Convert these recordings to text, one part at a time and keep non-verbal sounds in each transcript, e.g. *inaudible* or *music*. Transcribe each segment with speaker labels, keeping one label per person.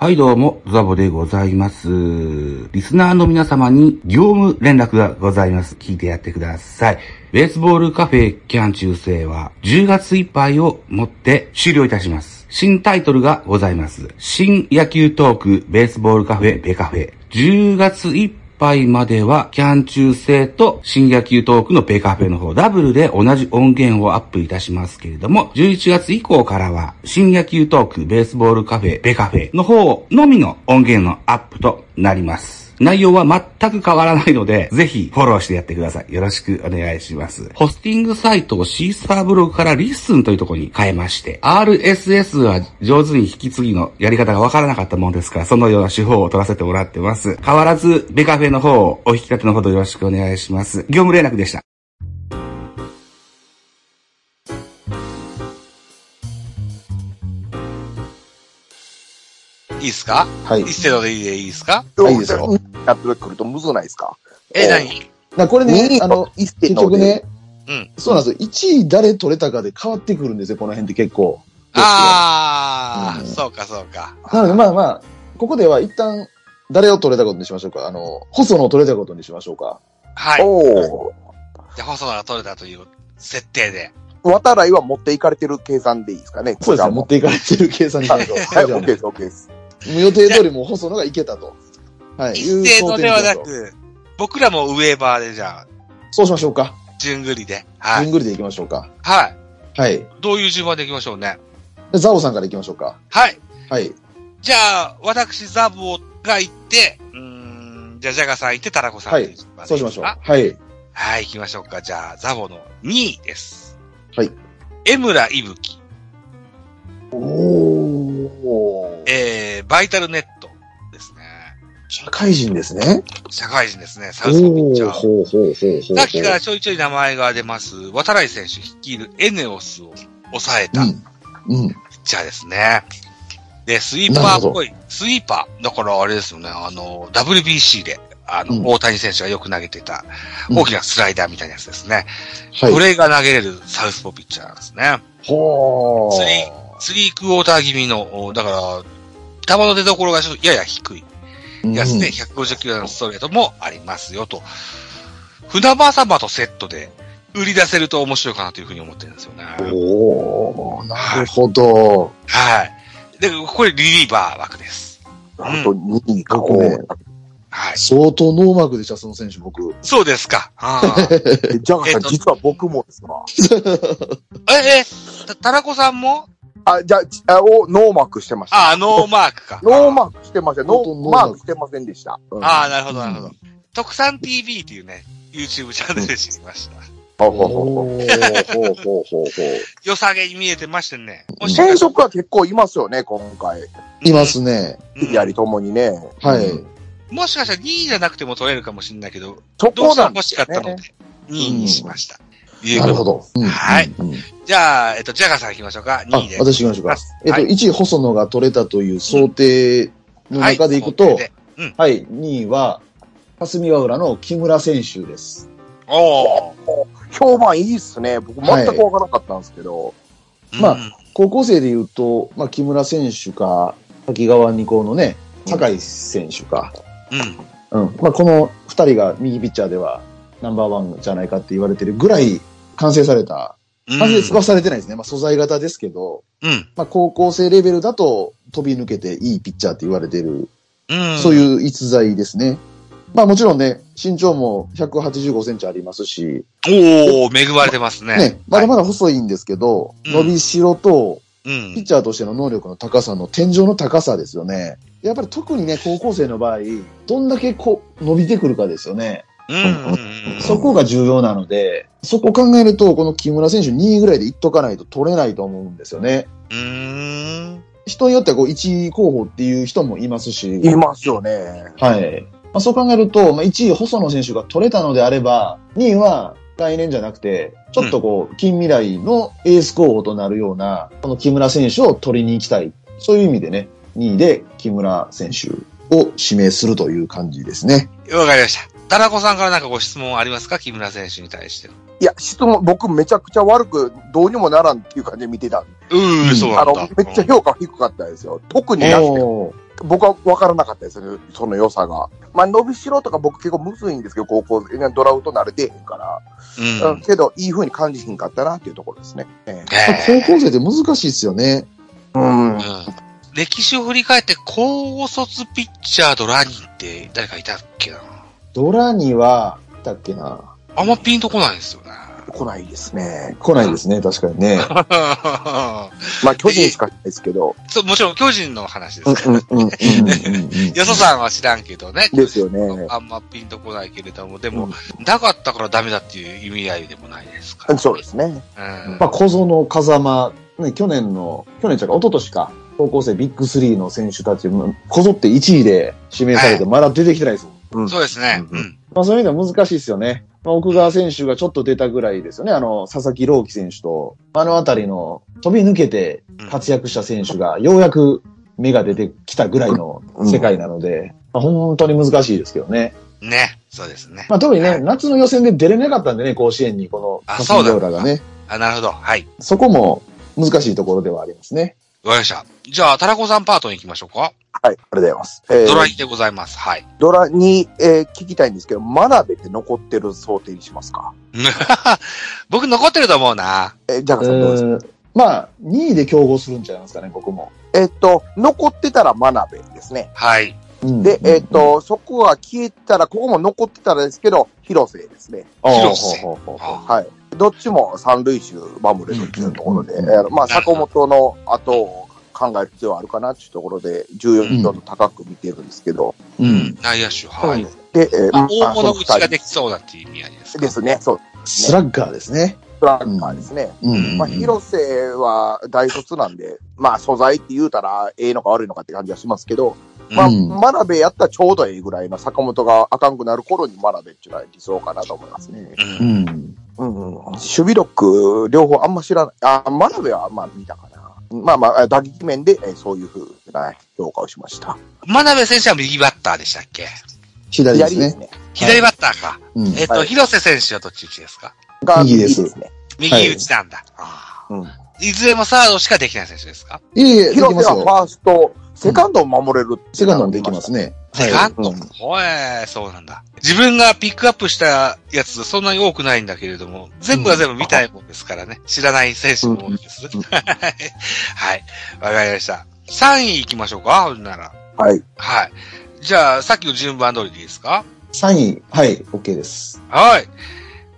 Speaker 1: はいどうも、ザボでございます。リスナーの皆様に業務連絡がございます。聞いてやってください。ベースボールカフェキャン中世は10月いっぱいをもって終了いたします。新タイトルがございます。新野球トークベースボールカフェベカフェ。10月いっぱいまでは、キャン中制と新野球トークのペカフェの方、ダブルで同じ音源をアップいたしますけれども、11月以降からは、新野球トーク、ベースボールカフェ、ペカフェの方のみの音源のアップとなります。内容は全く変わらないので、ぜひフォローしてやってください。よろしくお願いします。ホスティングサイトをシーサーブログからリッスンというところに変えまして、RSS は上手に引き継ぎのやり方がわからなかったものですから、そのような手法を取らせてもらってます。変わらず、ベカフェの方をお引き立てのほどよろしくお願いします。業務連絡でした。
Speaker 2: いいっすか
Speaker 3: はい。
Speaker 2: 一世のでいいでいいっすか
Speaker 3: はいいですよ
Speaker 4: やってくるとむずないですか
Speaker 2: え、何
Speaker 3: だからこれね
Speaker 4: 二、位
Speaker 3: あの、
Speaker 4: 一世
Speaker 3: 結
Speaker 4: の
Speaker 3: 局
Speaker 4: で、
Speaker 3: ね、
Speaker 2: うん
Speaker 3: そうなんですよ。1位誰取れたかで変わってくるんですよ、この辺って結構。
Speaker 2: あ
Speaker 3: う
Speaker 2: ー、
Speaker 3: ん
Speaker 2: そうかそうか。
Speaker 3: なのでまあまあ、ここでは一旦、誰を取れたことにしましょうか。あの、細野を取れたことにしましょうか。
Speaker 2: はい。
Speaker 4: お
Speaker 2: じゃあ、細野が取れたという設定で。
Speaker 4: お渡来は持っていかれてる計算でいいですかね
Speaker 3: そうですね、持っていかれてる計算にしましょう。
Speaker 4: はい、
Speaker 3: じゃあ
Speaker 4: OK です、OK です。
Speaker 3: もう予定通りもう細野がいけたと。はい。
Speaker 2: 一世のではな
Speaker 3: いう想定にしましょう。
Speaker 2: く、僕らもウェーバーでじゃあ、
Speaker 3: そうしましょうか。
Speaker 2: 順繰りで。
Speaker 3: じ
Speaker 2: は
Speaker 3: ゅ
Speaker 2: い。
Speaker 3: んぐりでいきましょうか。
Speaker 2: はい。
Speaker 3: はい。
Speaker 2: どういう順番でいきましょうね。
Speaker 3: でザオさんからいきましょうか。
Speaker 2: はい。
Speaker 3: はい。
Speaker 2: じゃあ、私、ザボが行って、うーん、じゃあ、ジャガさん行って、タラコさん
Speaker 3: はい
Speaker 2: とい順番で
Speaker 3: そうしましょう。
Speaker 2: いいですか
Speaker 3: はい。
Speaker 2: はい、行きましょうか。じゃあ、ザボの2位です。
Speaker 3: はい。
Speaker 2: 江村いぶき、
Speaker 3: おー。
Speaker 2: えー、バイタルネットですね。
Speaker 3: 社会人ですね。
Speaker 2: 社会人ですね、サウスポピッチャー。
Speaker 3: ほうほうほうほう。
Speaker 2: さっきからちょいちょい名前が出ます、渡来選手率いるエネオスを抑えたピッ
Speaker 3: うん。うん。
Speaker 2: チャーですね。で、スイーパーっぽい、スイーパー。だからあれですよね、あの、WBC で、あの、
Speaker 3: うん
Speaker 2: 大谷選手がよく投げてた、
Speaker 3: うん
Speaker 2: 大きなスライダーみたいなやつですね。
Speaker 3: はい
Speaker 2: こ。れが投げれるサウスポピッチャーなんですね。
Speaker 3: ほ
Speaker 2: 釣りスリークォーター気味の、おだから、球の出所がちょっとやや低い。
Speaker 3: り
Speaker 2: やつで、150キロのストレートもありますよと。船場様とセットで売り出せると面白いかなというふうに思ってるんですよね。
Speaker 3: おー、なるほど。
Speaker 2: はい。で、これリリーバー枠です。
Speaker 4: あと2位か、
Speaker 3: 僕ね
Speaker 2: はい。
Speaker 3: 相当ノーマークでした、その選手、僕。
Speaker 2: そうですか。あ
Speaker 4: *laughs*
Speaker 2: ー
Speaker 4: えジャガ
Speaker 2: え
Speaker 4: さ
Speaker 2: っ
Speaker 4: ん、
Speaker 2: と
Speaker 4: 実は僕もですわ。
Speaker 2: え、え、たタラコさんも
Speaker 4: あ、じゃあじあ、をノーマークしてました。
Speaker 2: あー、ノーマークか。
Speaker 4: ノーマークしてました。ノ
Speaker 3: 本当
Speaker 4: ー
Speaker 3: ノーマー
Speaker 4: マ
Speaker 3: ク
Speaker 4: ークしてませんでした。
Speaker 2: あーあー、なるほど、なるほ
Speaker 3: う
Speaker 2: ど。特産 TV っていうね、YouTube チャンネルで知りました。
Speaker 4: ほうほうほうほう
Speaker 3: おーほうほうほうほう。
Speaker 2: 良さげに見えてましてね。もしか
Speaker 4: 転職は結構いますよね、今回。
Speaker 3: *laughs* いますね。
Speaker 2: うん
Speaker 4: やりともにね。
Speaker 3: はい。
Speaker 2: もしかしたら2位じゃなくても取れるかもしれないけど、
Speaker 4: そ
Speaker 2: どう
Speaker 4: こ
Speaker 2: しても
Speaker 4: な
Speaker 2: 欲
Speaker 4: んです
Speaker 2: しか
Speaker 4: よ
Speaker 2: ったので
Speaker 4: ね。、
Speaker 2: 2位にしました。
Speaker 3: なるほ
Speaker 2: ど。
Speaker 3: ど。うん
Speaker 2: はい。
Speaker 3: うんうん
Speaker 2: じゃあ、えっと、ジャガーさん行きましょうか。
Speaker 3: あ
Speaker 2: 2位で、す。
Speaker 3: 私行きましょうか。えっと、
Speaker 2: はい
Speaker 3: 1位、細野が取れたという想定の
Speaker 2: はい
Speaker 3: 中でいくと、
Speaker 2: で
Speaker 3: はい、2位は、霞ヶ浦の木村選手です。
Speaker 2: おー。
Speaker 4: 評判いいっすね。僕全くわからなかったんですけど。
Speaker 3: まあ
Speaker 2: うん
Speaker 3: 高校生で言うと、まあ、木村選手か、滝川二高のね、酒井選手か、
Speaker 2: うん。
Speaker 3: うん。まあ、この二人が右ピッチャーではナンバーワンじゃないかって言われてるぐらい完成された。
Speaker 2: うん。
Speaker 3: 完成はされてないですね。まあ、素材型ですけど、
Speaker 2: うん。
Speaker 3: まあ、高校生レベルだと飛び抜けていいピッチャーって言われてる、
Speaker 2: うん。
Speaker 3: そう
Speaker 2: う。
Speaker 3: いう逸材ですね。まあ、もちろんね、身長も185センチありますし、
Speaker 2: おー、恵まれてますね。
Speaker 3: ね、まだまだ細いんですけど、
Speaker 2: うん
Speaker 3: 伸びしろと、
Speaker 2: う
Speaker 3: ピッ
Speaker 2: ん。
Speaker 3: チャーとしての能力の高さの天井の高さですよね。やっぱり特にね、高校生の場合、どんだけこう、伸びてくるかですよね。
Speaker 2: うん。
Speaker 3: そこが重要なので、そこを考えると、この木村選手2位ぐらいでいっとかないと取れないと思うんですよね。
Speaker 2: うーん。
Speaker 3: 人によってはこう1位候補っていう人もいますし、
Speaker 4: いますよね。
Speaker 3: はい。まあ、そう考えると、まあ、1位細野選手が取れたのであれば、2位は来年じゃなくて、ちょっとこう、近未来のエース候補となるような、この木村選手を取りに行きたい。そういう意味でね、2位で木村選手を指名するという感じですね。
Speaker 2: わかりました。タラコさんからなんかご質問ありますか木村選手に対して。
Speaker 4: いや、質問、僕めちゃくちゃ悪く、どうにもならんっていう感じで見てたんで。
Speaker 2: うー、そうな
Speaker 4: あ
Speaker 2: ん
Speaker 4: の
Speaker 2: だ。、
Speaker 4: めっちゃ評価低かったですよ。特になしで、僕は分からなかったですね、その良さが。まあ、伸びしろとか僕結構むずいんですけど、高校生、ドラフト慣れてへんから。
Speaker 2: う
Speaker 4: うん
Speaker 2: ん。
Speaker 4: けど、いい風に感じひんかったなっていうところですね。ええ
Speaker 2: ね
Speaker 3: 高校生って難しいですよね。
Speaker 4: うん
Speaker 2: えうん。歴史を振り返って、高卒ピッチャードラニーって誰かいたっけな
Speaker 3: ドラには、いたっけな。
Speaker 2: あんまピンとこないん *laughs* ですよね。
Speaker 4: 来ないですね。
Speaker 3: 来ないですね、確かにね。
Speaker 4: まあ、巨人しかないですけど。
Speaker 2: そう、もちろん巨人の話で
Speaker 4: うん
Speaker 2: すから。
Speaker 4: うんうん
Speaker 2: よそさんは知らんけどね。
Speaker 4: ですよね。
Speaker 2: あんまピンとこないけれども、でも、なかったからダメだっていう意味合いでもないですか
Speaker 4: う
Speaker 2: ら。
Speaker 4: んそうですね。
Speaker 2: うん。
Speaker 3: まあ、小園、風間、ね、去年の、去年じゃか、一昨年か、高校生ビッグ3の選手たち、もこぞって1位で指名されて、まだ出てきてないです。
Speaker 4: うん
Speaker 2: そうですね。
Speaker 4: う
Speaker 2: うんん。
Speaker 3: まあ、そういう意味では難しいですよね。まあ、奥川選手がちょっと出たぐらいですよね。あの、佐々木朗希選手と、あのあたりの飛び抜けて活躍した選手が、ようやく芽が出てきたぐらいの世界なので、まあ、本当に難しいですけどね。
Speaker 2: ね。そうですね。
Speaker 3: まあ、特に
Speaker 2: は
Speaker 3: ね、
Speaker 2: い
Speaker 3: 夏の予選で出れなかったんでね、甲子園に、この、
Speaker 2: あそうだ
Speaker 3: 浦がね。
Speaker 2: あ、なるほど。はい。
Speaker 3: そこも難しいところではありますね。
Speaker 2: わかりました。じゃあ、タラコさんパートに行きましょうか。
Speaker 4: はい、ありがとうございます。えー
Speaker 2: ドライでございます。はい。 *laughs*
Speaker 4: ドラに、えー聞きたいんですけど、真鍋って残ってる想定にしますか
Speaker 2: 僕残ってると思うな。
Speaker 4: えー、ジャガさんどうですか
Speaker 3: うんまあ、2位で競合するんじゃないですかね、僕も。
Speaker 4: えっと、残ってたら真鍋ですね。
Speaker 2: はい。
Speaker 3: うん
Speaker 4: で、えっ、、と、そこが消えたら、ここも残ってたらですけど、広瀬ですね。
Speaker 2: 広瀬
Speaker 3: ほうほうほうほ
Speaker 2: あ
Speaker 3: う
Speaker 4: はい。どっちも三塁手守れるっていうところで、
Speaker 3: うん
Speaker 4: えーまあ、
Speaker 2: なるほ
Speaker 4: 坂
Speaker 2: ど
Speaker 4: 本の後を考える必要はあるかなっていうところで、14人と高く見てるんですけど、
Speaker 3: うん。
Speaker 2: 内野手、はい。
Speaker 4: で、えー
Speaker 2: まあ大物
Speaker 4: そ
Speaker 2: 打
Speaker 4: の
Speaker 2: ちが
Speaker 4: 二
Speaker 2: できそうだっていう意味合いです
Speaker 4: 人
Speaker 2: か。
Speaker 4: ですね。そう。
Speaker 3: スラッガーですね。
Speaker 4: スラッガーですね。
Speaker 3: うん
Speaker 4: まあ、広瀬は大卒なんで、まあ、素材って言うたら、ええのか悪いのかって感じはしますけど、まあ、
Speaker 3: うん
Speaker 4: 真鍋やったらちょうどええぐらいの坂本があかんくなる頃に真鍋っていうのは理想かなと思いますね。
Speaker 2: うん
Speaker 3: うん。
Speaker 4: うんうん、守備ロック、両方あんま知らない。あ、真鍋はまあ見たかな。まあまあ、打撃面で、えーそういうふうな評価をしました。
Speaker 2: 真鍋選手は右バッターでしたっけ
Speaker 3: 左ですね。
Speaker 4: ね。
Speaker 2: 左バッターか。
Speaker 3: うん
Speaker 2: えっと、
Speaker 4: はい
Speaker 2: 広瀬選手はどっち打ちですか
Speaker 4: が
Speaker 3: 右です
Speaker 4: ね。
Speaker 2: 右打ちなんだ。あ
Speaker 4: うん
Speaker 2: ーいずれもサードしかできない選手ですか
Speaker 3: いえいえ、でき
Speaker 4: 広
Speaker 3: ます
Speaker 4: 瀬はフ
Speaker 3: よ。
Speaker 4: ァースト、セカンドを守れる
Speaker 3: セカンドもできます
Speaker 4: ね。
Speaker 3: ね。
Speaker 2: セカンド、
Speaker 4: うん
Speaker 2: ほえー、そうなんだ。自分がピックアップしたやつ、そんなに多くないんだけれども、全部は全部見たいもんですからね。知らない選手も多いです。 *laughs*
Speaker 4: ん
Speaker 2: はい。わかりました。3位行きましょうか、ほんなら。
Speaker 4: はい。
Speaker 2: はい。じゃあ、さっきの順番通りでいいですか
Speaker 3: 3位、はい、OK です。
Speaker 2: はい。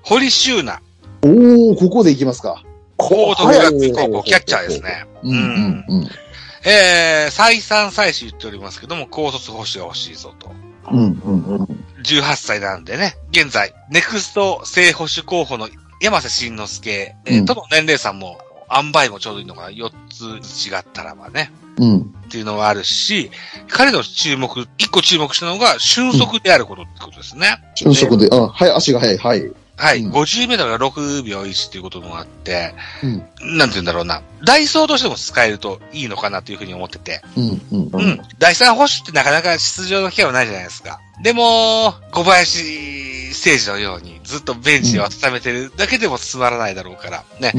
Speaker 2: 堀周奈、
Speaker 3: おー、ここでいきますか。
Speaker 2: 高等学院高校
Speaker 3: はい
Speaker 2: キャッチャーですね。
Speaker 3: うん、うん、うん。
Speaker 2: えー、再三再四言っておりますけども、高卒保守が欲しいぞと。
Speaker 3: うん、うん、うん。
Speaker 2: 18歳なんでね、現在、ネクスト正保守候補の山瀬慎之介、えー
Speaker 3: うん
Speaker 2: との年齢差も、塩梅もちょうどいいのかな、4つ違ったらばね、
Speaker 3: うん。
Speaker 2: っていうのはあるし、彼の注目、一個注目したのが、俊足であることってことですね。
Speaker 3: 瞬足で、あ、はい、足が速い、はい。う
Speaker 2: はい、
Speaker 3: うん
Speaker 2: 50メートルが6秒1っていうこともあって、
Speaker 3: ん、
Speaker 2: なんて言うんだろうな、ダイソーとしても使えるといいのかなというふうに思ってて、
Speaker 3: うん、うん。
Speaker 2: うん。第三保守ってなかなか出場の機会はないじゃないですか。でも、小林ステージのようにずっとベンチを温めてるだけでもつまらないだろうから、ね。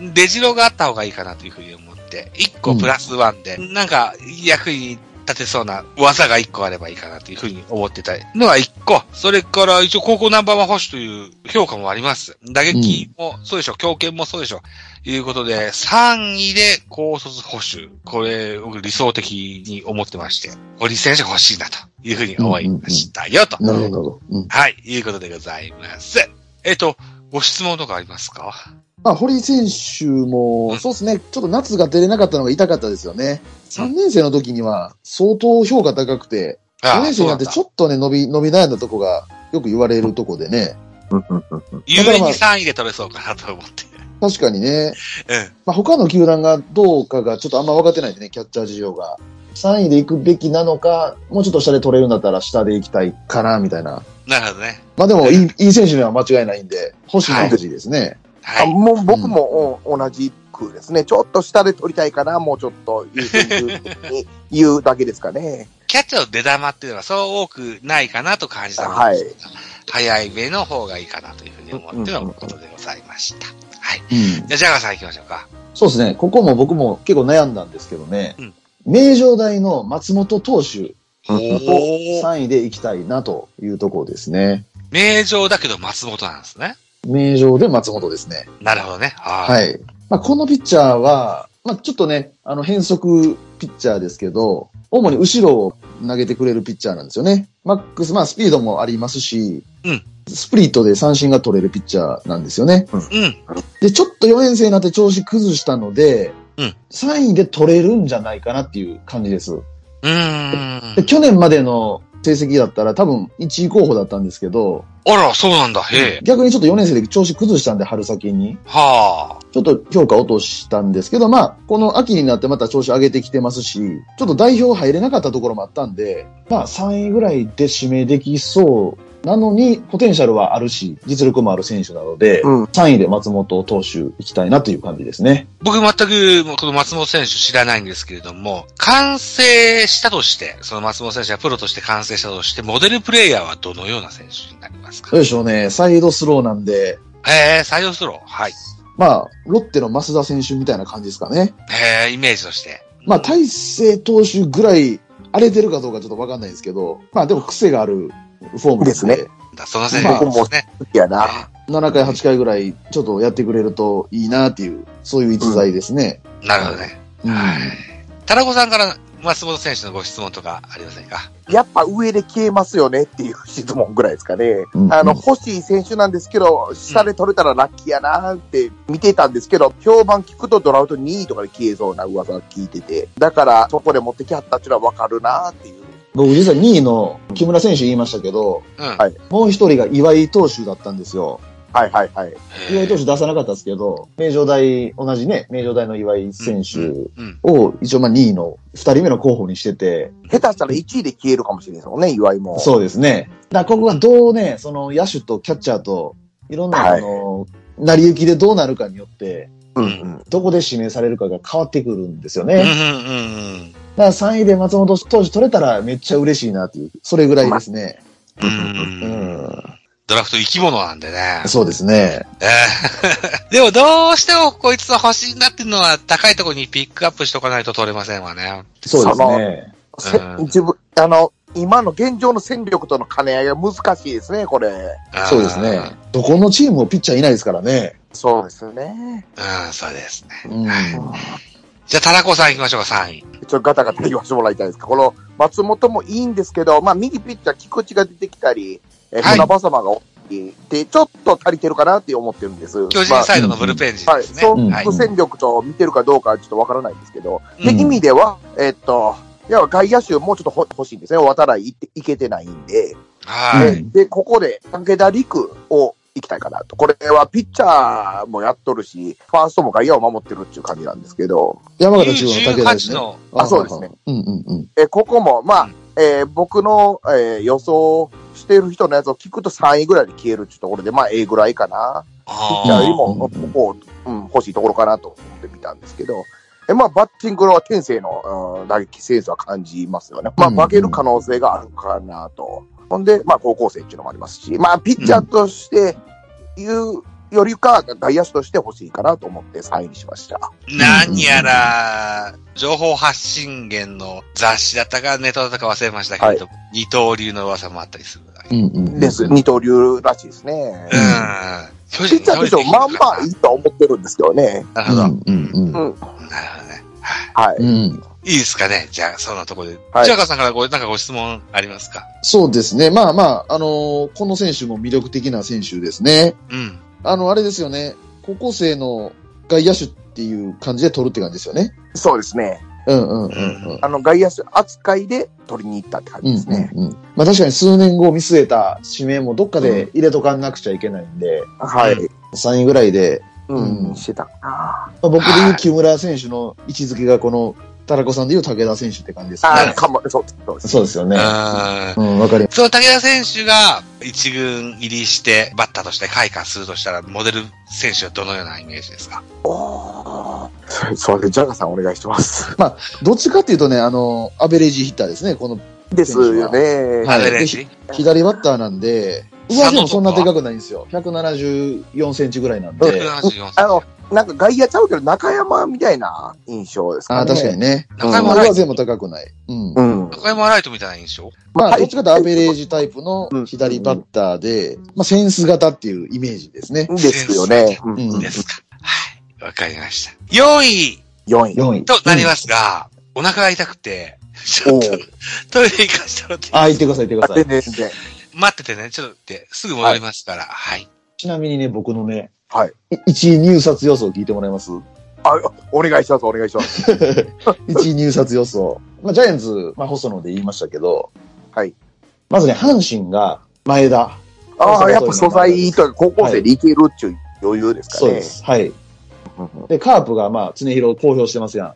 Speaker 3: うん、
Speaker 2: 出城があった方がいいかなというふうに思って、1個プラスワンで、なんか役に立てそうな技が1個あればいいかなというふうに思ってたのが1個。それから一応高校ナンバーワン保守という評価もあります。打撃もそうでしょ、強肩もそうでしょ。いうことで、3位で高卒保守。これ、僕理想的に思ってまして、堀選手が欲しいなというふうに思いましたよ、と。
Speaker 3: なるほど、なるほど。うん。
Speaker 2: はい、いうことでございます。えっと、ご質問とかありますか
Speaker 3: まあ、堀井選手
Speaker 2: う
Speaker 3: も、
Speaker 2: ん
Speaker 3: そうですね、ちょっと夏が出れなかったのが痛かったですよね。3年生の時には相当評価高くて、4年生になってちょ
Speaker 2: っ
Speaker 3: っとね、伸び、伸び悩んだとこが、よく言われるとこでね。
Speaker 4: うんうんうんうん
Speaker 2: 有縁に3位で取れそうかなと思って。
Speaker 3: 確かにね、
Speaker 2: うん。
Speaker 3: まあ、他の球団がどうかがちょっとあんま分かってないんでね、キャッチャー事情が。3位で行くべきなのか、もうちょっと下で取れるんだったら下で行きたいかな、みたいな。
Speaker 2: なるほどね。
Speaker 3: まあでもいい、いい選手には間違いないんで、星野くじですね。
Speaker 4: あ
Speaker 2: はい。
Speaker 4: もう僕もお同じくですね。ちょっと下で取りたいかな、もうちょっと優先順位に言うだけですかね。
Speaker 2: キャッチャーの出玉っていうのはそう多くないかなと感じたので、
Speaker 4: はい
Speaker 2: 早い目の方がいいかなというふうに思ってのことでございました。はい。
Speaker 3: うん
Speaker 2: じゃあ、ジャガーさん行きましょうか。
Speaker 3: そうですね、ここも僕も結構悩んだんですけどね。
Speaker 2: うん
Speaker 3: 名城大の松本投手
Speaker 2: おー。
Speaker 3: 3位で行きたいなというところですね。
Speaker 2: 名城だけど松本なんですね。
Speaker 3: 名城で松本ですね。
Speaker 2: なるほどね。は。
Speaker 3: はいい。まあ、このピッチャーは、まあ、ちょっとね、あの、変則ピッチャーですけど、主に後ろを投げてくれるピッチャーなんですよね。マックス、まあ、スピードもありますし、
Speaker 2: うん
Speaker 3: スプリットで三振が取れるピッチャーなんですよね。
Speaker 2: うん。
Speaker 3: で、ちょっと4年生になって調子崩したので、
Speaker 2: うん
Speaker 3: 3位で取れるんじゃないかなっていう感じです。
Speaker 2: うー
Speaker 3: で
Speaker 2: ん。
Speaker 3: 去年までの成績だったら多分1位候補だったんですけど、
Speaker 2: あら、そうなんだ。へえ。
Speaker 3: 逆にちょっと4年生で調子崩したんで、春先に。
Speaker 2: は
Speaker 3: ちょっと評価落としたんですけど、まあ、この秋になってまた調子上げてきてますし、ちょっと代表入れなかったところもあったんで、まあ3位ぐらいで指名できそうなのに、ポテンシャルはあるし、実力もある選手なので、
Speaker 4: うん
Speaker 3: 3位で松本投手行きたいなという感じですね。
Speaker 2: あ。僕全くこの松本選手知らないんですけれども、完成したとして、その松本選手がプロとして完成したとして、モデルプレイヤーはどのような選手になりますか
Speaker 3: どうでしょうね、サイドスローなんで、
Speaker 2: へえ、採用スロー。はい。
Speaker 3: まあ、ロッテの増田選手みたいな感じですかね。
Speaker 2: へえ、イメージとして。
Speaker 3: まあ、大勢投手ぐらい荒れてるかどうかちょっとわかんないですけど、まあでも癖があるフォーム
Speaker 4: ですね。
Speaker 2: だその選手ですね。
Speaker 4: やな。
Speaker 3: 7回、8回ぐらい、ちょっとやってくれるといいなっていう、そういう逸材ですね。
Speaker 2: なるほどね。
Speaker 3: うん
Speaker 2: タラコさんから松本選手のご質問とかありませんか
Speaker 4: やっぱ上で消えますよねっていう質問ぐらいですかね。
Speaker 3: うん
Speaker 4: あの、
Speaker 3: うん
Speaker 4: 欲しい選手なんですけど、下で取れたらラッキーやなって見てたんですけど、評判聞くとドラフト2位とかで消えそうな噂が聞いてて、だからそこで持ってきはったっていうのはわかるなっていう。
Speaker 3: 僕実は2位の木村選手言いましたけど、
Speaker 2: うん。
Speaker 4: はい
Speaker 3: もう一人が岩井投手だったんですよ。
Speaker 4: はいはいはい。
Speaker 3: 岩井
Speaker 2: へ
Speaker 3: 投
Speaker 2: え
Speaker 3: 手出さなかったですけど、名城大、同じね、名城大の岩井選手
Speaker 2: うん。
Speaker 3: を一応まあ2位の2人目の候補にしてて、
Speaker 4: 下手したら1位で消えるかもしれないですもんね、岩井も。
Speaker 3: そうですね。だからここがどうね、その野手とキャッチャーと、いろんな、
Speaker 4: は
Speaker 3: あ
Speaker 4: い
Speaker 3: の、成り行きでどうなるかによって、
Speaker 4: うんうん。
Speaker 3: どこで指名されるかが変わってくるんですよね。
Speaker 2: うんうんうん。
Speaker 3: だから3位で松本投手取れたらめっちゃ嬉しいなっていう、それぐらいですね。
Speaker 2: うん
Speaker 3: う
Speaker 2: うん
Speaker 3: ん。
Speaker 2: ドラフト生き物なんでね。
Speaker 3: そうですね。
Speaker 2: ええ *laughs* でもどうしてもこいつは欲しいなっていうのは高いところにピックアップしとかないと取れませんわね。
Speaker 3: そうですね。
Speaker 4: せ
Speaker 2: うん
Speaker 4: 自分、あの、今の現状の戦力との兼ね合いが難しいですね、これ。
Speaker 2: ん
Speaker 3: そうですね。どこのチームもピッチャーいないですからね。
Speaker 4: そうですね。
Speaker 2: うん、そうですね。
Speaker 3: うん。
Speaker 2: じゃあ、タラコさん行きましょうか、3位。
Speaker 4: ちょっとガタガタ言わせてもらいたいですか。この松本もいいんですけど、まあ、右ピッチャー、菊池が出てきたり、えー、
Speaker 2: はい
Speaker 4: 船場様が大きいで、ちょっと足りてるかなって思ってるんです。
Speaker 2: 巨
Speaker 4: ま
Speaker 2: 人
Speaker 4: あ
Speaker 2: サイドのブルペン陣
Speaker 4: はい、
Speaker 2: ですね。
Speaker 4: 総
Speaker 3: うん
Speaker 2: はい
Speaker 4: 復戦力と見てるかどうかはちょっとわからないんですけど、
Speaker 2: う
Speaker 4: で
Speaker 2: ん
Speaker 4: 意味では、えっと、要は外野手もうちょっとほ欲しいんですね。渡来いっていけてないんで、
Speaker 2: は
Speaker 3: う
Speaker 2: い。
Speaker 3: ん
Speaker 4: で、ここで武田陸を行きたいかなと。これはピッチャーもやっとるし、ファーストも外野を守ってるっていう感じなんですけど、
Speaker 3: 山形中央の武田です
Speaker 2: 18
Speaker 3: ね。
Speaker 2: の、
Speaker 4: あそうですね。
Speaker 3: うんうんうん。
Speaker 4: えここも、まあ、えー僕の、えー予想してる人のやつを聞くと3位ぐらいで消えるっていうところで、まあ、A ぐらいかな。ピッチャーよりも、
Speaker 3: うん
Speaker 4: ここ、うん、欲しいところかなと思ってみたんですけど、えまあ、バッティングは天性の、うん打撃センスは感じますよね。まあ、
Speaker 3: うん
Speaker 4: 負ける可能性があるかなと。ほんで、まあ、高校生っていうのもありますし、まあ、ピッチャーとして言うよりか、外野手として欲しいかなと思って3位にしました。
Speaker 2: 何やら、情報発信源の雑誌だったかネットだったか忘れましたけれども、二刀流の噂もあったりする。
Speaker 3: うんうんうん。
Speaker 4: です。二刀流らしいですね。
Speaker 2: うん。巨
Speaker 4: ピッチャーとしても、まあまあい
Speaker 2: ない
Speaker 4: とは思ってるんですけどね。
Speaker 2: る
Speaker 3: う
Speaker 2: ほ
Speaker 3: ん
Speaker 2: ど。な
Speaker 3: うんう
Speaker 2: る
Speaker 3: ん。
Speaker 2: ほどね。
Speaker 4: はい。
Speaker 3: うん。
Speaker 2: いいですかねじゃあ、そんなところで。
Speaker 4: はい
Speaker 2: ジャガーさんからご、なんかご質問ありますか
Speaker 3: そうですね。まあまあ、あのーこの選手も魅力的な選手ですね。
Speaker 2: うん。
Speaker 3: あの、あれですよね。高校生の外野手っていう感じで取るって感じですよね。
Speaker 4: そうですね。
Speaker 3: うんうんうんうん。
Speaker 4: あの、外野手扱いで取りに行ったって感
Speaker 3: う
Speaker 4: じ
Speaker 3: ん
Speaker 4: ですね。
Speaker 3: うんうんまあ確かに数年後を見据えた指名もどっかで入れとかなくちゃいけないんで、
Speaker 4: はい。
Speaker 3: 3位ぐらいで、
Speaker 4: うん、
Speaker 3: うん
Speaker 4: してたかな。
Speaker 3: まあ、僕で
Speaker 2: は
Speaker 3: 言う
Speaker 2: い
Speaker 3: 木村選手の位置づけがこの、タラコさんで言う武田選手って感じです
Speaker 4: あ
Speaker 2: は
Speaker 4: あ、
Speaker 2: い
Speaker 3: ね。
Speaker 4: かも、そう、そうです。
Speaker 3: そうですよね。
Speaker 2: うん。
Speaker 3: うん、わかります。
Speaker 2: その武田選手が一軍入りして、バッターとして開花するとしたら、モデル選手はどのようなイメージですか
Speaker 4: おー *laughs* そうです。ジャガさんお願いします。 *laughs*
Speaker 3: どっちかっていうとね、あの、アベレージヒッターですね、この。
Speaker 4: ですよね。
Speaker 3: は
Speaker 2: ア
Speaker 3: い
Speaker 2: ベレージ
Speaker 3: 左バッターなんで、僕はでもそんなでかくないんですよ。174センチぐらいなんで。
Speaker 2: 174
Speaker 4: あの、なんか外野ちゃうけど、中山みたいな印象ですかね。
Speaker 3: ああ、確かに。ね。
Speaker 2: 中
Speaker 3: まあ
Speaker 2: 山
Speaker 3: 僕
Speaker 2: ライ
Speaker 3: は
Speaker 2: ト。
Speaker 3: 全部高くない。うん
Speaker 4: う。ん。
Speaker 2: 中山ライトみたいな印象
Speaker 3: ま
Speaker 4: は
Speaker 3: あ、
Speaker 4: い
Speaker 3: どっちかというとアベレージタイプの左バッターで、まあ、センス型っていうイメージですね。
Speaker 4: ですよね。う
Speaker 3: うん
Speaker 4: ん
Speaker 2: で。すか。はい。わかりました。4位
Speaker 4: 4位。
Speaker 3: 4位。
Speaker 2: となりますが、お腹が痛くて、ちょ
Speaker 4: お
Speaker 2: っ
Speaker 4: う
Speaker 2: とトイレ行かせてもらって
Speaker 3: うん。あ、言ってください、言ってくださ
Speaker 4: 全
Speaker 3: い。
Speaker 4: 然、全然。
Speaker 2: 待っててね、ちょっと待って、すぐ戻りますから、はい。
Speaker 3: ちなみにね、僕のね、
Speaker 4: はい。
Speaker 3: 1位入札予想聞いてもらえます
Speaker 4: あ、お願いします、お願い
Speaker 3: *laughs*
Speaker 4: します。
Speaker 3: ?1 位入札予想。まあ、ジャイアンツ、まあ、細野で言いましたけど、
Speaker 4: はい。
Speaker 3: まずね、阪神が前田。
Speaker 4: ああ、やっぱ素材とか高校生でいけるっていう余裕ですか
Speaker 3: そう
Speaker 4: ね
Speaker 3: で。す。はい。
Speaker 4: うんうん
Speaker 3: で、カープが、まあ、常広公表してますやん。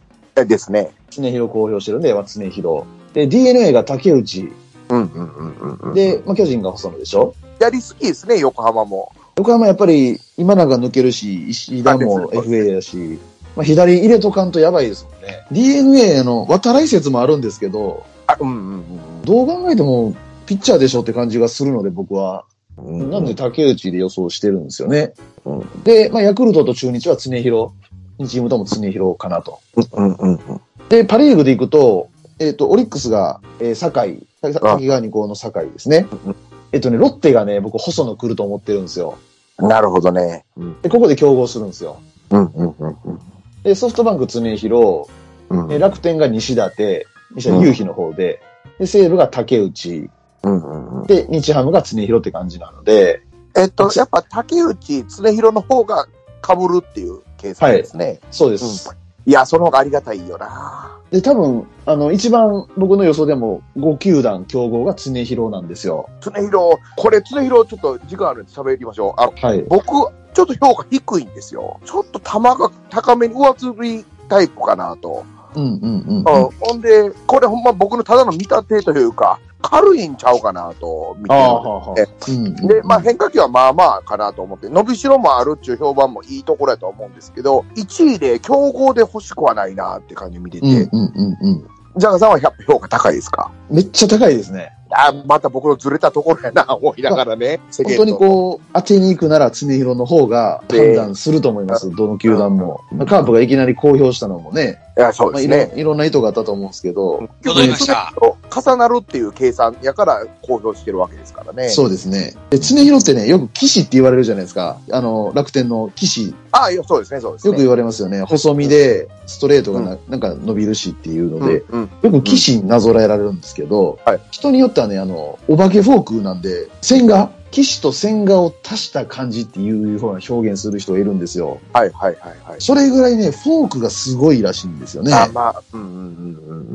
Speaker 4: ですね。
Speaker 3: 常広公表してるんで、まあ、常広。で、DNA が竹内。
Speaker 4: うんうんうんうんうん。
Speaker 3: で、まあ、巨人が細野でしょ
Speaker 4: やりすぎですね、横浜も。
Speaker 3: 横浜やっぱり、今なんか抜けるし、石田
Speaker 4: あ
Speaker 3: も
Speaker 4: です
Speaker 3: FA だし、まあ、左入れとかんとやばいですもんね。DNA の渡来説もあるんですけど、
Speaker 4: あ、うんうん
Speaker 3: どう考えても、ピッチャーでしょって感じがするので、僕は。
Speaker 4: うんうん。
Speaker 3: なんで竹内で予想してるんですよね
Speaker 4: う。
Speaker 3: で、まあ、ヤクルトと中日は常広。2チームとも常広かなと。
Speaker 4: うんうんうん。
Speaker 3: で、パリーグで行くと、えっ、と、オリックスが、えー、堺、さ
Speaker 4: あ
Speaker 3: 滝川二高の堺ですね
Speaker 4: うん。
Speaker 3: えっ、とね、ロッテがね、僕、細野来ると思ってるんですよ。
Speaker 4: なるほどね。うん
Speaker 3: で、ここで競合するんですよ。
Speaker 4: うんうんうん
Speaker 3: で、ソフトバンク常広、
Speaker 4: うん。
Speaker 3: え楽天が西舘、西田夕日の方で、で、西武が竹内、
Speaker 4: うんうんうん
Speaker 3: で、日ハムが常広って感じなので、
Speaker 4: えっと、やっぱ竹内常広の方が被るっていう計算ですね。
Speaker 3: そうで
Speaker 4: うん
Speaker 3: す。
Speaker 4: いや、その方がありがたいよな。
Speaker 3: で、多分、あの、一番僕の予想でも5球団競合が常広なんですよ。
Speaker 4: 常広、これ常広ちょっと時間あるんで喋りましょう。あの、
Speaker 3: はい。
Speaker 4: 僕、ちょっと評価低いんですよ。ちょっと球が高めに上ずりタイプかなと。
Speaker 3: うんうんうん。
Speaker 4: うん、ほんで、これほんま僕のただの見立てというか、軽いんちゃうかなと見
Speaker 3: あ
Speaker 4: て
Speaker 3: あ、
Speaker 4: る。
Speaker 3: はあは
Speaker 4: え
Speaker 3: あ。うんうん
Speaker 4: で、まあ変化球はまあまあかなと思って、伸びしろもあるっていう評判もいいところやと思うんですけど、1位で強豪で欲しくはないなって感じ見てて、
Speaker 3: うん
Speaker 4: ジャ
Speaker 3: うんうんうん。
Speaker 4: ガさんはやっぱ評価高いですか
Speaker 3: めっちゃ高いですね。
Speaker 4: あまた僕のずれたところやな、 *laughs* 思いながらね、
Speaker 3: *laughs*
Speaker 4: 世
Speaker 3: 本当に
Speaker 4: う。
Speaker 3: こう、当てに行くなら常広の方が判断すると思います。どの球団も。まあカープがいきなり公表したのもね、
Speaker 4: いや、そう
Speaker 3: ま
Speaker 4: で
Speaker 3: あ、い
Speaker 4: すね。
Speaker 3: ろいろんな意図があったと思うんですけど、
Speaker 2: 戻りました。
Speaker 4: 重なるっていう計算やから公表してるわけですからね。
Speaker 3: そうですね。で、常広ってね、よく騎士って言われるじゃないですか。あの、楽天の騎士、
Speaker 4: ああ、いやそうですね、そうですね。
Speaker 3: よく言われますよね。細身で、ストレートがな,、ん、か伸びるしっていうので、
Speaker 4: うんうん
Speaker 3: よく騎士になぞらえられるんですけど、
Speaker 4: はい
Speaker 3: 人によってはね、あの、お化けフォークなんで、線画、騎士と線画を足した感じっていうような表現する人がいるんですよ。
Speaker 4: はいはいはいはい。
Speaker 3: それぐらいね、フォークがすごいらしいんですよね。
Speaker 4: あまあ、うんうんうん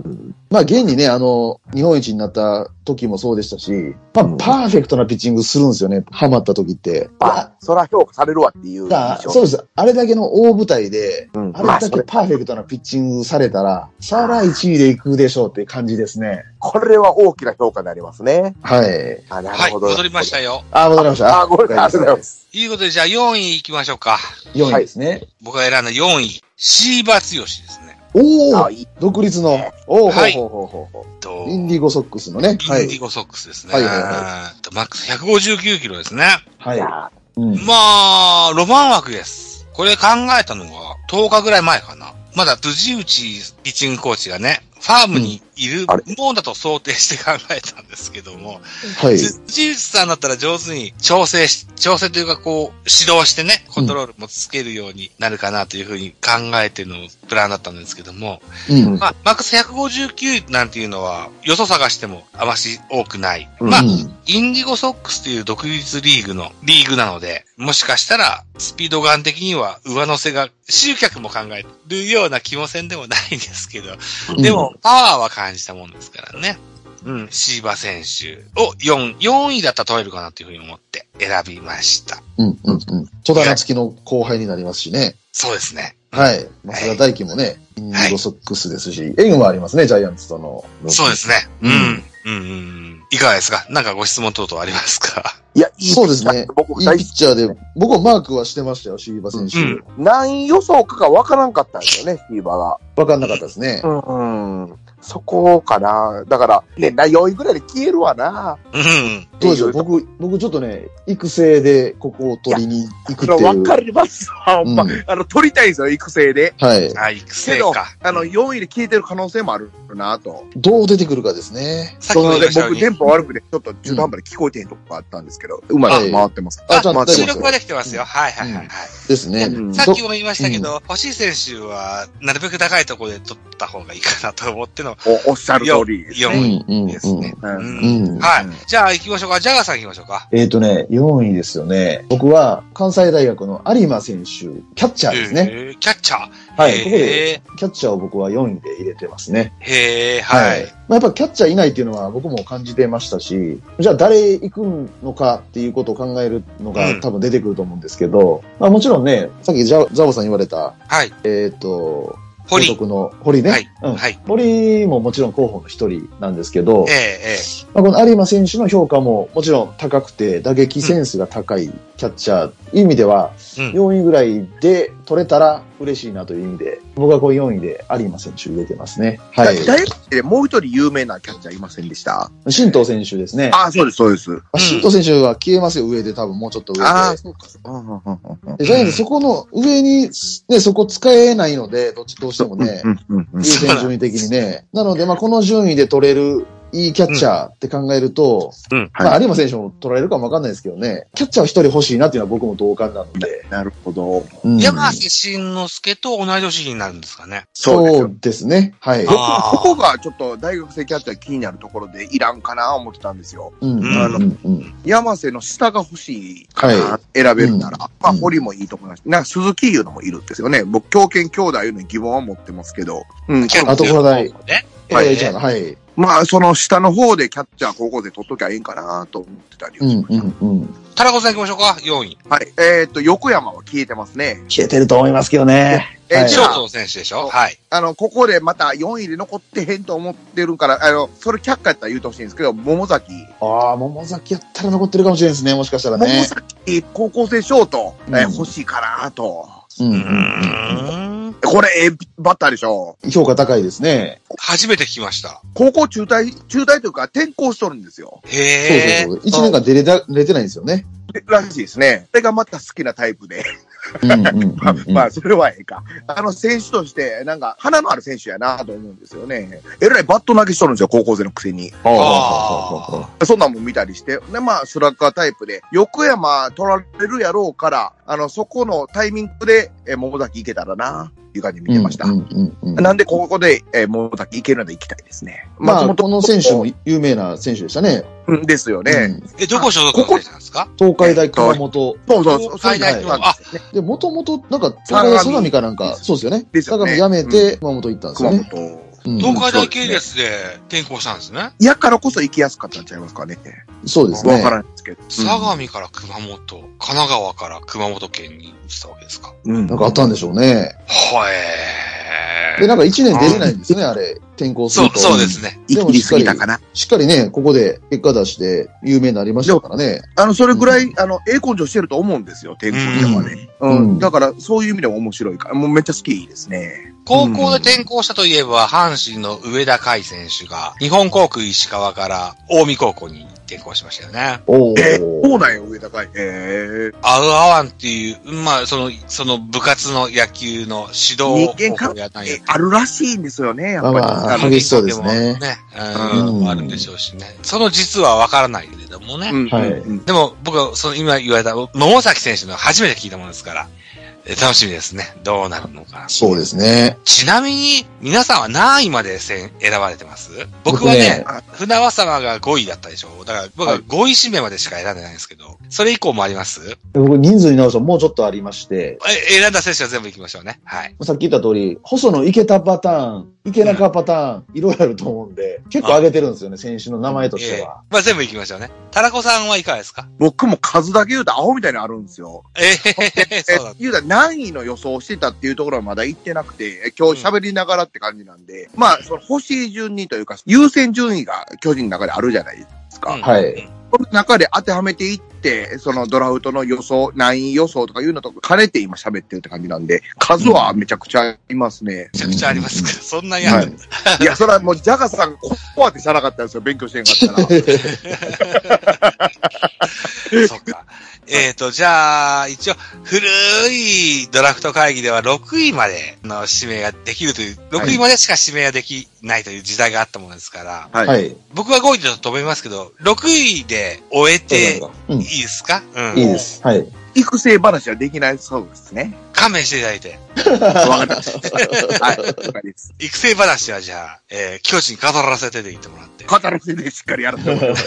Speaker 4: うん
Speaker 3: まあ、現にね、あの、日本一になった時もそうでしたし、まあ、
Speaker 4: うん
Speaker 3: パーフェクトなピッチングするんですよね、ハマった時って。
Speaker 4: あ、そら評価されるわっていう
Speaker 3: だか
Speaker 4: 印
Speaker 3: ら
Speaker 4: 象。
Speaker 3: そうです。あれだけの大舞台で、
Speaker 4: うん
Speaker 3: あれ
Speaker 4: まあ、
Speaker 3: だ
Speaker 4: そ
Speaker 3: け
Speaker 4: れ
Speaker 3: パーフェクトなピッチングされたら、さら1位で行くでしょうって感じですね。
Speaker 4: これは大きな評価になりますね。
Speaker 3: はい。
Speaker 4: あ、な
Speaker 2: は
Speaker 4: る
Speaker 2: い、
Speaker 4: ほど。
Speaker 2: 戻りましたよ。
Speaker 3: あ、戻りました。
Speaker 4: あ、ごめんなさい。ありがとうございます。
Speaker 2: いうことで、じゃあ4位行きましょうか。
Speaker 3: 4位ですね。
Speaker 2: 僕が選んだ4位、シーバツヨシですね。
Speaker 3: お
Speaker 4: あ、
Speaker 3: ー
Speaker 4: いい。
Speaker 3: 独立の、おー、
Speaker 2: はい
Speaker 3: ほうほうほうほうほ
Speaker 2: えっと
Speaker 3: うインディゴソックスのね。は
Speaker 2: インディ
Speaker 3: い。
Speaker 2: ゴソックスですね。
Speaker 3: はいはいは
Speaker 2: えっとマックス159キロですね。
Speaker 3: はいい。
Speaker 4: や
Speaker 3: うん
Speaker 2: まあ、ロマン枠です。これ考えたのが10日ぐらい前かな。まだ辻内ピッチングコーチがね、ファームにいる
Speaker 4: あれ
Speaker 2: もんだと想定して考えたんですけども、
Speaker 3: はい。
Speaker 2: 辻内さんだったら上手に調整し、調整というかこう、指導してね、コントロールもつけるようになるかなというふうに考えてのプランだったんですけども、
Speaker 3: うん。
Speaker 2: まあ、マックス159なんていうのは、よそ探してもあまし多くない。
Speaker 4: うん
Speaker 2: まあ
Speaker 3: う、ん
Speaker 2: インディゴソックスという独立リーグのリーグなので、もしかしたらスピードガン的には上乗せが集客も考えるような気もせんでもないんですけど、でもパワーは感じたもんですからね。うん、シーバ選手を4、4位だったら取れるかなというふうに思って選びました。
Speaker 3: うんうんうん。戸田夏樹の後輩になりますしね。
Speaker 2: そうですね。
Speaker 3: はい。松田大輝もね、インディゴソックスですし、縁はありますね、ジャイアンツとの。
Speaker 2: そうですね。う
Speaker 3: うんん。
Speaker 2: うん、うん、うん。いかがですかなんかご質問等々ありますか
Speaker 4: いや、いい
Speaker 3: そうですね。
Speaker 4: 僕
Speaker 3: いい
Speaker 4: 大
Speaker 3: ピ
Speaker 4: 好
Speaker 3: ッチャーで、僕もマークはしてましたよ、シーバ選手。
Speaker 2: うん
Speaker 4: き。何位予想かがわからんかったんですよね、フィーバーが。
Speaker 3: わかんなかったですね。
Speaker 4: んうん。そこかな。だから、年内4位ぐらいで消えるわな。
Speaker 2: うん。
Speaker 3: どうでしょう僕、僕ちょっとね、育成でここを取りに行く
Speaker 4: そ
Speaker 3: って
Speaker 4: れ
Speaker 3: いう。
Speaker 4: 分かりますわ、ほんま。
Speaker 3: うん
Speaker 4: あの、取りたいんですよ、育成で。
Speaker 3: はい。
Speaker 2: あ、育
Speaker 4: け
Speaker 2: 成
Speaker 4: ど
Speaker 2: か、。
Speaker 4: あの、4位で消えてる可能性もあるなと。
Speaker 3: どう出てくるかですね。
Speaker 2: さっき
Speaker 4: そ
Speaker 2: も言い
Speaker 4: ので
Speaker 2: ましたよう
Speaker 4: 僕、
Speaker 2: に
Speaker 4: 電波悪くて、ちょっと中途半端で聞こえてへんとこがあったんですけど、うまく回ってます。
Speaker 3: あ、ちゃん
Speaker 4: ま
Speaker 3: と
Speaker 4: あ
Speaker 3: 大
Speaker 2: 収
Speaker 3: 丈夫です
Speaker 2: 録
Speaker 3: よ
Speaker 2: はできてますよ。はいはいはいはい。
Speaker 3: ですね。
Speaker 4: うん
Speaker 2: さっきも言いましたけど、欲しい選手は、なるべく高いところで取った方がいいかなと思っての
Speaker 4: おおっしゃる通りです
Speaker 3: う
Speaker 2: も
Speaker 4: ね。
Speaker 3: ん、うん、
Speaker 2: ですね。
Speaker 4: うん
Speaker 2: うん
Speaker 3: うん。うん。
Speaker 2: はい
Speaker 4: うん。
Speaker 2: じゃあ行きましょうか。ジャガーさん行きましょうか。
Speaker 3: えっ、とね、4位ですよね。僕は関西大学の有馬選手、キャッチャーですね。
Speaker 2: えーキャッチャー。
Speaker 3: はい。ここで
Speaker 2: へ
Speaker 3: キャッチャーを僕は4位で入れてますね。
Speaker 2: ーへーはい。
Speaker 3: まあ、やっぱキャッチャーいないっていうのは僕も感じてましたし、じゃあ誰行くのかっていうことを考えるの
Speaker 2: う
Speaker 3: が
Speaker 2: ん
Speaker 3: 多分出てくると思うんですけど、まあもちろんね、さっきザオザボさん言われた、
Speaker 2: はい。
Speaker 3: えっ、と、
Speaker 2: 堀。
Speaker 3: 所属の堀ね。
Speaker 2: はい
Speaker 3: うん
Speaker 2: はい。
Speaker 3: 堀ももちろん候補の一人なんですけど
Speaker 2: え、え
Speaker 3: まあ、この有馬選手の評価ももちろん高くて、打撃センスが高いキャッチャー、意味では
Speaker 2: ええうん。
Speaker 3: 4位ぐらいで取れたら嬉しいなという意味で、僕はこう4位で有馬選手入れてますね。は
Speaker 4: 大
Speaker 3: い。
Speaker 4: 学でもう一人有名なキャッチャーいませんでした。
Speaker 3: 新藤選手ですね。
Speaker 4: ああ、そうです、そうです。
Speaker 3: まあ新藤選手は消えますよ、上で多分もうちょっと上
Speaker 4: ああ、
Speaker 3: で。
Speaker 4: そうか。うんうんうんうん
Speaker 3: でジャイアンツそこの上に、ね、そこ使えないので、どっちどうしてもね、
Speaker 4: うんうんう
Speaker 3: 優
Speaker 4: ん
Speaker 3: 先順位的にね。なので、まあこの順位で取れる、いいキャッチャーって考えると、
Speaker 2: うん
Speaker 3: まあ、有馬選手も取られるかもわかんないですけどね、キャッチャーは一人欲しいなっていうのは僕も同感なので。
Speaker 4: なるほど。
Speaker 3: うん
Speaker 2: 山瀬慎之介と同い年になるんですかね。
Speaker 4: そうです
Speaker 3: そ
Speaker 4: よ。
Speaker 3: うですね。はい。
Speaker 4: 僕
Speaker 2: あー
Speaker 4: ここがちょっと大学生キャッチャー気になるところでいらんかな思ってたんですよ。
Speaker 3: うんうん
Speaker 2: あ
Speaker 4: の
Speaker 3: うんうん
Speaker 4: 山瀬の下が欲しいかな、
Speaker 3: は
Speaker 4: 選べるなら。まあ、
Speaker 3: うん
Speaker 4: 堀もいいと思います。なんか鈴木優のもいるんですよね。僕、強肩兄弟いうのに疑問は持ってますけど。うん。
Speaker 2: キャッチャー
Speaker 3: あとこれだい
Speaker 2: ね。
Speaker 3: えーじゃあはい。
Speaker 4: まあ、その下の方でキャッチャー高校生取っときゃええんかなと思ってたり
Speaker 3: う
Speaker 4: はし
Speaker 3: ん
Speaker 4: ました、
Speaker 3: うんうん。
Speaker 2: タラコさん行きましょうか。4位。
Speaker 4: はい。えっ、と、横山は消えてますね。
Speaker 3: 消えてると思いますけどね。
Speaker 4: えー
Speaker 3: はい
Speaker 2: シ
Speaker 4: じ
Speaker 2: ョ
Speaker 4: ゃ
Speaker 2: ート
Speaker 4: あ
Speaker 2: の、選手でしょはい。
Speaker 4: あの、ここでまた4位で残ってへんと思ってるから、あの、それ却下やったら言うてほしいんですけど、桃崎。
Speaker 3: ああ、桃崎やったら残ってるかもしれないですね、もしかしたら
Speaker 4: 桃
Speaker 3: ね。
Speaker 4: 崎、高校生ショート、えー
Speaker 3: うん
Speaker 4: 欲しいかなと。
Speaker 3: うん
Speaker 2: う
Speaker 3: うんうん
Speaker 2: ーん。
Speaker 4: これ、ええバッターでしょ。
Speaker 3: 評価高いですね。
Speaker 2: 初めて聞きました。
Speaker 4: 高校中退、中退というか転校しとるんですよ。
Speaker 3: そう
Speaker 2: へえ。
Speaker 3: そうそう。一年間出れた、出てないんですよね。
Speaker 4: でらしいですね。それがまた好きなタイプで。
Speaker 3: うんうんうんうん
Speaker 4: まあ、まあ、それはええか。あの、選手として、なんか、花のある選手やなと思うんですよね。えらいバット投げしとるんですよ、高校生のくせに。
Speaker 2: あ
Speaker 4: そんなんも見たりして。で、まあ、スラッガータイプで、横山取られるやろうから、あの、そこのタイミングで、えー桃崎行けたらなっていう感じで見てました。
Speaker 3: うんうんうんうん
Speaker 4: なんで、ここで、えー桃崎行けるなら行きたいですね。
Speaker 3: まあ、
Speaker 4: 松本
Speaker 3: この選手も有名な選手でしたね。
Speaker 4: うんですよね。
Speaker 3: うん
Speaker 2: え、どこ所属の選手なんですか
Speaker 3: 東海大熊本。
Speaker 4: そうそうそう。
Speaker 2: 東海大
Speaker 4: そう
Speaker 2: 熊
Speaker 4: なん
Speaker 2: 本
Speaker 4: ですよね
Speaker 3: で、もともと、なんか、東海大相模かなんか、そうですよね。
Speaker 4: です
Speaker 3: 相
Speaker 4: よ
Speaker 3: 模
Speaker 4: ね
Speaker 3: 辞めて、熊本行ったんです
Speaker 4: 熊
Speaker 3: よね。
Speaker 4: 本。
Speaker 3: うん
Speaker 2: 東海大系列で転校したんですね。
Speaker 4: やからこそ行きやすかったんちゃいますかね。
Speaker 3: そうです
Speaker 4: わ
Speaker 3: ね
Speaker 4: か。らないですけど。
Speaker 2: 相模から熊本、神奈川から熊本県に移ったわけですか。
Speaker 4: うん。
Speaker 3: なんかあったんでしょうね。
Speaker 2: は
Speaker 3: で、
Speaker 2: え
Speaker 3: なんか一年出れないんですね、あれ。転校
Speaker 2: ー。
Speaker 3: す
Speaker 2: そ
Speaker 3: る
Speaker 2: う、
Speaker 3: と。
Speaker 2: そうで。すね。
Speaker 4: 行き過ぎたかな。
Speaker 3: しっかりね、ここで結果出して、有名になりましたからね。
Speaker 4: あの、それぐらい、あの、ええ根性してると思うんですよ、天候ではね。
Speaker 3: う
Speaker 4: うんん。
Speaker 3: うん
Speaker 4: だから、そういう意味でも面白いから、もうめっちゃ好きですね。
Speaker 2: 高校で転校したといえば、阪神の上田海選手が、日本航空石川から近江高校に転校しましたよね。
Speaker 3: おお。
Speaker 4: えー、そうなんよ、上高い。ええ
Speaker 2: 合う合わんっていう、まあ、その、その部活の野球の指導を
Speaker 4: 人間関
Speaker 2: やったんや
Speaker 4: えあるらしいんですよね、やっぱり。
Speaker 3: まあまあ
Speaker 4: あの
Speaker 3: 激しそうですね
Speaker 2: ね。
Speaker 3: う
Speaker 2: うんん。あるんでしょうしね。その実はわからないけれどもね。
Speaker 4: うん、
Speaker 3: はい
Speaker 4: うん
Speaker 2: でも、僕は、その今言われた、桃崎選手の初めて聞いたものですから、えー楽しみですね。どうなるのか。
Speaker 3: そうですね。
Speaker 2: ちなみに、皆さんは何位まで選選ばれてます僕はね、船和様が5位だったでしょだから、僕は5位指名までしか選んでないんですけど、それ以降もあります
Speaker 3: 僕、人数に直すともうちょっとありまして、
Speaker 2: え選んだ選手は全部行きましょうね。はい。
Speaker 3: さっき言った通り、細野いけたパターン、いけなかパターン、いろいろあると思うんで、結構上げてるんですよね、選手の名前としては。
Speaker 2: えーまあ全部行きましょうね。タラコさんはいかがですか
Speaker 4: 僕も数だけ言うとアホみたいにあるんですよ。
Speaker 2: え *laughs* えそうなんだ。
Speaker 4: 言うたら何位の予想してたっていうところはまだ行ってなくて、え今日喋りながらって感じなんで、まあ、その欲しい順にというか、優先順位が巨人の中であるじゃないですか。
Speaker 2: うん
Speaker 3: はい。
Speaker 4: その中で当てはめていっって、そのドラフトの予想、何位予想とかいうのと兼ねて今喋ってるって感じなんで、数はめちゃくちゃいますね。
Speaker 2: めちゃくちゃありますから、そんなにあ
Speaker 4: は
Speaker 2: る、
Speaker 4: い。いや、それはもう、ジャガさん、ここまでしゃなかったんですよ。勉強してなかったら。 *laughs*
Speaker 2: そっか。えっ、と、じゃあ、一応、古いドラフト会議では6位までの指名ができるという、
Speaker 4: はい
Speaker 2: 6位までしか指名ができないという時代があったものですから、
Speaker 4: はい。
Speaker 3: はい。い
Speaker 2: 僕は5位だと思いますけど、6位で終えて
Speaker 3: うん
Speaker 2: いいですかうん。
Speaker 3: いです。はい。
Speaker 4: 育成話はできないそうですね。
Speaker 2: 勘弁していただいて。
Speaker 4: わかりました。はい。了解です。
Speaker 2: 育成話はじゃあ、えー、巨人語らせていってもらって。
Speaker 4: 語るせでしっかりやると思います。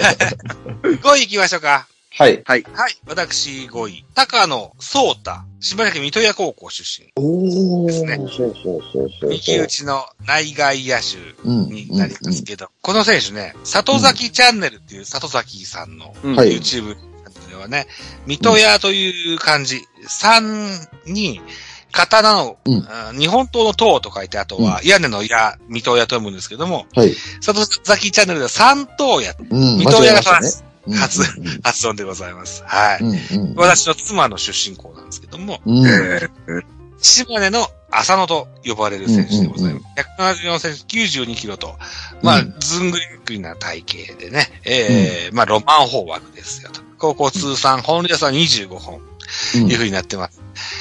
Speaker 2: 5位行きましょうか。
Speaker 3: はい。
Speaker 2: はい。私5位。高野壮太。島根県水戸屋高校出身。
Speaker 3: おお。
Speaker 2: ですね
Speaker 3: そうそうそうそう。
Speaker 2: 右打ちの内外野手
Speaker 3: うん
Speaker 2: になりますけど、この選手ね、里崎チャンネルっていう里崎さんの
Speaker 4: うん
Speaker 3: はい
Speaker 2: YouTube チャンネルはね、水戸屋という漢字、3に、刀の、
Speaker 3: うん
Speaker 2: あ日本刀の刀と書いて、あとは屋根の矢、水戸屋と読むんですけども、
Speaker 3: はい。
Speaker 2: 里崎チャンネルでは三刀屋
Speaker 3: うん。
Speaker 2: 水戸屋が
Speaker 3: 間違えま
Speaker 2: 初
Speaker 3: したね。うん
Speaker 2: 初発音でございます。はい。
Speaker 3: うんうん。
Speaker 2: 私の妻の出身校なんですけども、
Speaker 3: うん。うん
Speaker 4: えー
Speaker 2: 島根の浅野と呼ばれる選手でござい
Speaker 3: うんう
Speaker 2: ま
Speaker 3: ん
Speaker 2: す。174センチ、92キロと、まあ、
Speaker 3: うん
Speaker 2: ずんぐりっくりな体型でね、ええまあ、ロマン法枠ですよと。高校通算、本塁打数は25本、いう風になってます。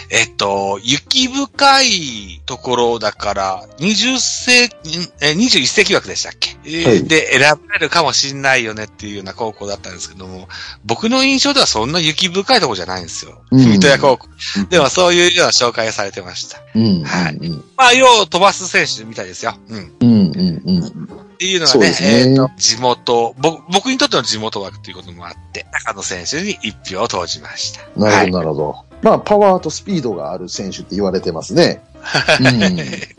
Speaker 2: えっと、雪深いところだから、20世紀、んえー21世紀枠でしたっけ、えー
Speaker 3: はい
Speaker 2: で、選ばれるかもしんないよねっていうような高校だったんですけども、僕の印象ではそんな雪深いところじゃないんですよ。
Speaker 3: うん
Speaker 2: 水戸屋高校。でもそういうような紹介をされてました。
Speaker 3: うん。
Speaker 2: はい
Speaker 3: うん。
Speaker 2: まあ、よう飛ばす選手みたいですよ。うん。
Speaker 3: うん。うん。うん。
Speaker 2: っていうのが
Speaker 3: そう
Speaker 2: ね、
Speaker 3: ですね
Speaker 2: えーと地元ぼ、僕にとっての地元枠ということもあって、中野選手に一票を投じました。
Speaker 3: な
Speaker 2: は
Speaker 3: るほ
Speaker 2: い
Speaker 3: ど、なるほど。まあ、パワーとスピードがある選手って言われてますね。うん。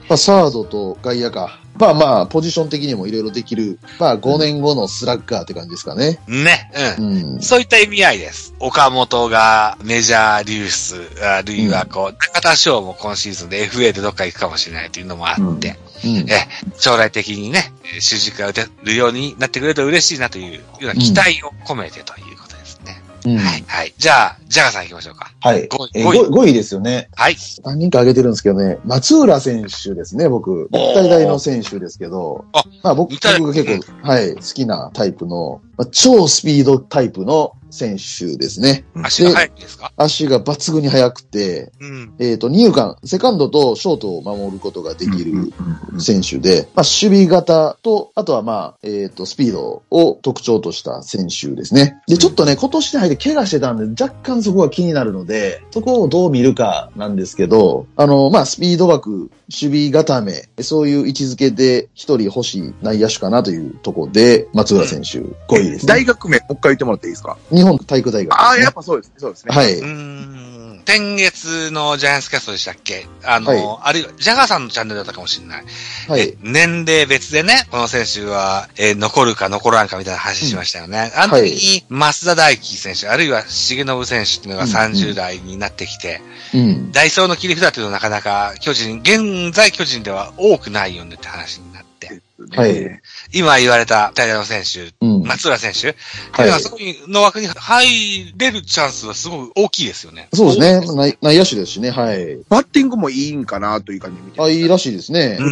Speaker 3: まあ、サードと外野か。まあまあ、ポジション的にもいろいろできる。まあ、5年後のスラッガーって感じですかね。
Speaker 2: ね、う。
Speaker 3: うんん。
Speaker 2: そういった意味合いです。岡本がメジャー流出、あるいはこう、中田翔も今シーズンで FA でどっか行くかもしれないというのもあって、
Speaker 3: うん。
Speaker 2: え将来的にね、えー主軸が打てるようになってくれると嬉しいなというような期待を込めてということですね。
Speaker 3: うん
Speaker 2: はい、はい。じゃあ、ジャガさん行きましょうか。
Speaker 3: はい。
Speaker 2: 5位、
Speaker 3: えー
Speaker 2: 5位。
Speaker 3: ご5位ですよね。
Speaker 2: はい。
Speaker 3: 何人か挙げてるんですけどね、松浦選手ですね、僕。日体大の選手ですけど
Speaker 2: あ、
Speaker 3: まあ僕
Speaker 2: 日体
Speaker 3: 僕が結構、はい、好きなタイプの、まあ、超スピードタイプの選手ですね。
Speaker 2: 足が速いんですか
Speaker 3: 足が抜群に速くて、
Speaker 2: うん。
Speaker 3: えっ、と、二遊間、セカンドとショートを守ることができ
Speaker 4: うんうん
Speaker 3: る選手で、まあ、守備型と、あとはまあ、えっ、と、スピードを特徴とした選手ですね。で、ちょっとね、今年に入って怪我してたんで、若干そこが気になるので、そこをどう見るかなんですけど、あの、まあ、スピード枠、守備固め、そういう位置づけで一人欲しい内野手かなというところで、松浦選手、5位です
Speaker 4: 大
Speaker 3: ね。
Speaker 4: 学名、もう一回言ってもらっていいですか
Speaker 3: 日本体育大学ですね、
Speaker 4: ああ、やっぱそうですね。そうですね。
Speaker 3: はい。
Speaker 2: うーん。先月のジャイアンツキャストでしたっけあの、
Speaker 3: は
Speaker 2: あるいは、ジャガさんのチャンネルだったかもしれない。
Speaker 3: はい。
Speaker 2: 年齢別でね、この選手は、えー残るか残らんかみたいな話しましたよね。あの時に、増田大輝選手、あるいは重信選手っていうのが
Speaker 3: うん
Speaker 2: 30代になってきて、
Speaker 3: うん。
Speaker 2: ダイソーの切り札というのはなかなか巨人、現在巨人では多くないよねって話になって、
Speaker 3: はい。
Speaker 2: 今言われた平野選手、
Speaker 3: うん。
Speaker 2: 松浦選手、っていう
Speaker 3: はい
Speaker 2: のは。そこの枠に入れるチャンスはすごく大きいですよね。
Speaker 3: そうですね。内内野手ですしね。はい。
Speaker 4: バッティングもいいんかなという感じで見てま
Speaker 3: あ、
Speaker 4: す
Speaker 3: いいらしいですね
Speaker 2: う。ーん。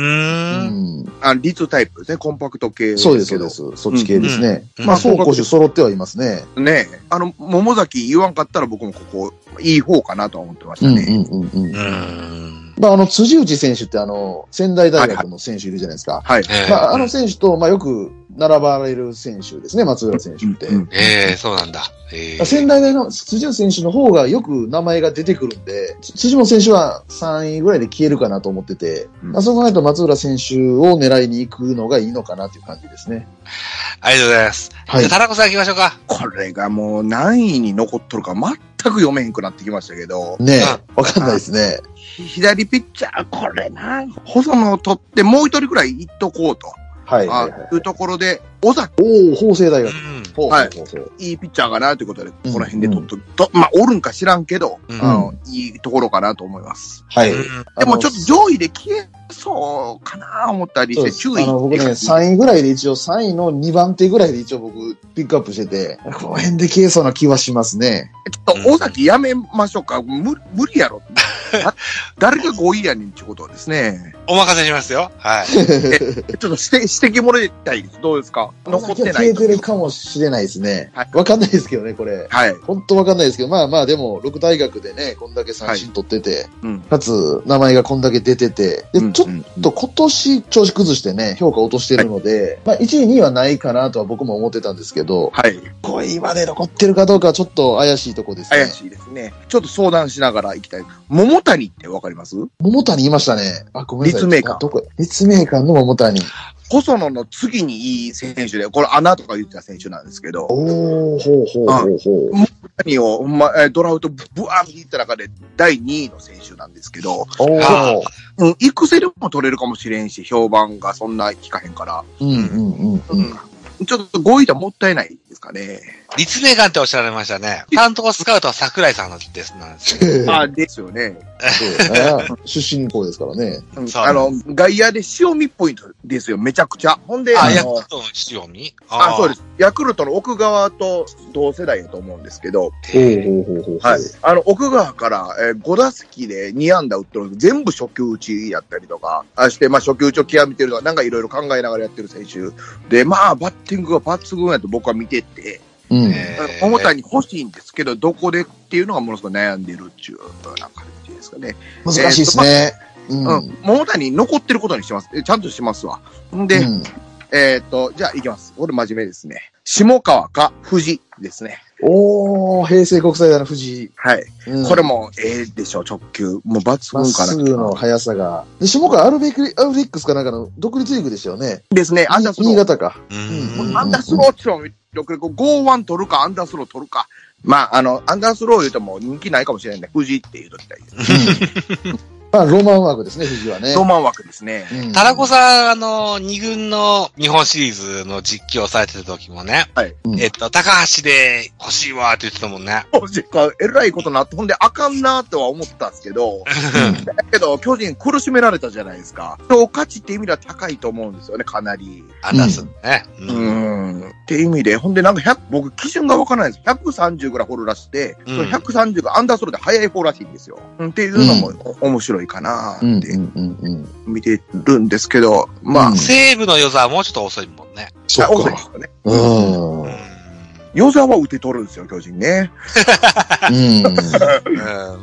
Speaker 3: うん
Speaker 4: あ、率タイプですね。コンパクト系。
Speaker 3: そうです、そうで。す。そっち系ですね。
Speaker 2: うん
Speaker 3: まあ、
Speaker 4: うん
Speaker 3: 総攻守揃ってはいますね。
Speaker 4: ねえあの、桃崎言わんかったら僕もここ、いい方かなとは思ってまし
Speaker 3: う
Speaker 4: た
Speaker 3: ん、う
Speaker 4: ね。
Speaker 3: ん、うん、うん
Speaker 2: う。ーん。
Speaker 3: まあ、あの、辻内選手ってあの、仙台大学の選手いるじゃないですか。
Speaker 4: はい。
Speaker 2: えー
Speaker 3: まあ、あの選手と、まあ、よく並ばれる選手ですね、松浦選手って。
Speaker 4: うん
Speaker 2: ええそうなんだ。ええ
Speaker 3: 仙台大の辻内選手の方がよく名前が出てくるんで、つ辻本選手は3位ぐらいで消えるかなと思ってて、
Speaker 4: うん
Speaker 3: まあ、そう考えると松浦選手を狙いに行くのがいいのかなっていう感じですね。
Speaker 2: ありがとうございます。
Speaker 3: は
Speaker 2: じ
Speaker 3: い
Speaker 2: ゃあ、。田中さん行きましょうか。
Speaker 4: これがもう何位に残っとるか全く読めへんくなってきましたけど、
Speaker 3: ねえ、わかんないですね。
Speaker 4: 左ピッチャー、これな、細野を取ってもう一人くらいいっとこうと、
Speaker 3: はい。
Speaker 4: あ
Speaker 3: はいはい
Speaker 4: いうところで、尾崎
Speaker 3: おお法政大
Speaker 2: う
Speaker 3: 学。
Speaker 2: ん。
Speaker 3: ほうほうほうほう。
Speaker 4: いいピッチャーかなということで、こ
Speaker 3: ん
Speaker 4: こら辺でとっと、と、まあ、おるんか知らんけど、
Speaker 2: うん
Speaker 4: あの、いいところかなと思います。
Speaker 3: はい。
Speaker 2: うん
Speaker 4: でもちょっ
Speaker 3: と
Speaker 4: と上位で消えそうかな思ったりして、注意。
Speaker 3: あの、僕ね、3位ぐらいで一応、3位の2番手ぐらいで一応僕、ピックアップしてて、この辺で消えそうな気はしますね。
Speaker 4: ちょっと大崎やめましょうか。無無理や *laughs* ろ。だ誰が5位やねんってことですね。
Speaker 2: お任せしますよ。はい。
Speaker 4: ちょっと指摘、指摘もらいたいです。どうですか残ってない
Speaker 3: 消えてるかもしれないですね
Speaker 4: はい。
Speaker 3: わかんないですけどね、これ。
Speaker 4: はい。
Speaker 3: 本当わかんないですけど、まあまあでも、六大学でね、こんだけ三振取ってて、
Speaker 4: うん
Speaker 3: かつ、名前がこんだけ出てて、で、ちょっ
Speaker 4: うんうん
Speaker 3: と今年調子崩してね、評価落としてるので、まあ1位、2位はないかなとは僕も思ってたんですけど、
Speaker 4: はい。
Speaker 3: 5位まで残ってるかどうかはちょっと怪しいとこですね。
Speaker 4: 怪しいですね。ちょっと相談しながら行きたい。桃谷ってわかります
Speaker 3: 桃谷いましたね。あ、ごめんなさい。
Speaker 4: 立命館
Speaker 3: どこ立命館の桃谷。
Speaker 4: 細野の次にいい選手で、これ穴とか言ってた選手なんですけど、
Speaker 3: おー、ほうほうほうほう。
Speaker 4: 何を、ほんま、えードラフトブワーッといった中で第2位の選手なんですけど、
Speaker 3: お
Speaker 2: あ
Speaker 3: ー。
Speaker 4: うん、育成力も取れるかもしれんし、評判がそんな効かへんから、
Speaker 3: うんうんうん *laughs* うん。
Speaker 4: ちょっと5位とはもったいないですかね。
Speaker 2: 立命館っておっしゃられましたね。担当スカウトは桜井さんのです、なんですよ。
Speaker 4: あですよね。
Speaker 3: そうだね出身校ですからね。
Speaker 4: うん
Speaker 2: そう
Speaker 4: あの、外野で塩見っぽいんですよ、めちゃくちゃ。ほんで、
Speaker 2: あ、
Speaker 4: あ
Speaker 2: ヤク
Speaker 4: の
Speaker 2: ル、トの塩見。
Speaker 4: あそうですす。ヤクルトの奥川と同世代だと思うんですけど、
Speaker 2: へー
Speaker 3: ほうほうほうほう
Speaker 4: はい。あの、奥川から、えー5打席で2安打打ってるんです全部初球打ちやったりとか、あして、まあ初球打ちを極めてるとか、なんかいろいろ考えながらやってる選手。で、まあ、バッティングが抜群やと僕は見てて、
Speaker 3: うん。
Speaker 2: へー
Speaker 4: 桃谷欲しいんですけど、どこでっていうのがものすごく悩んでるっていう、なんかですかね。
Speaker 3: 難しいですね。う。
Speaker 4: うんん。桃谷残ってることにしてます。えちゃんとしてますわ。んで、
Speaker 3: うん
Speaker 4: えーっと、じゃあ行きます。これ真面目ですね。下川か藤ですね。
Speaker 3: おー、平成国際大の藤井。
Speaker 4: はい。
Speaker 3: うん
Speaker 4: これも、ええでしょ、直球。もう抜
Speaker 3: まっ
Speaker 4: 群かな。
Speaker 3: すぐの速さが。で、下川アルベクリ、アルフィックスかなんかの独立リーグですよね。
Speaker 4: ですね。アンダースロ
Speaker 3: 新
Speaker 4: ー。
Speaker 3: 潟か。
Speaker 2: う
Speaker 3: うん
Speaker 2: ん。
Speaker 4: アンダースローっていうのも、5-1取るか、アンダースロー取るか。まあ、あの、アンダースロー言うても人気ないかもしれないんで、藤井って言うときたい
Speaker 3: *laughs*
Speaker 4: です。
Speaker 3: まあ、ロマンワークですね、藤井はね。
Speaker 4: ロマン枠ですね。
Speaker 3: うん
Speaker 2: タラコさん、あの、二軍の日本シリーズの実況されてた時もね、
Speaker 4: はい
Speaker 3: うん
Speaker 2: えっと、高橋で欲しいわって言ってたもんね。
Speaker 4: 藤井か、えらいことなって、ほんで、あかんなとは思ったんですけど、だけど、巨人苦しめられたじゃないですか。今日価値って意味では高いと思うんですよね、かなり。
Speaker 2: あんなすんね。う。
Speaker 4: うんん。って意味で、ほんで、なんか100、僕、基準がわからないです。130ぐらい掘るらしくて、
Speaker 2: うん
Speaker 4: その130がアンダースローで速い方らしいんですよ。うんっていうのも面白いかな
Speaker 3: うん、う
Speaker 4: っ
Speaker 3: ん
Speaker 4: て、
Speaker 3: うん、うん。
Speaker 4: 見てるんですけど、まあ、
Speaker 3: うん
Speaker 2: 西武の与座はもうちょっと遅いもんね。
Speaker 3: そ
Speaker 4: あ遅い
Speaker 3: っ
Speaker 4: で
Speaker 3: か。
Speaker 4: すよね。
Speaker 3: うん。う
Speaker 2: うん
Speaker 3: ん。
Speaker 4: ヨザは打て取るんですよ、巨人ね。
Speaker 2: うん。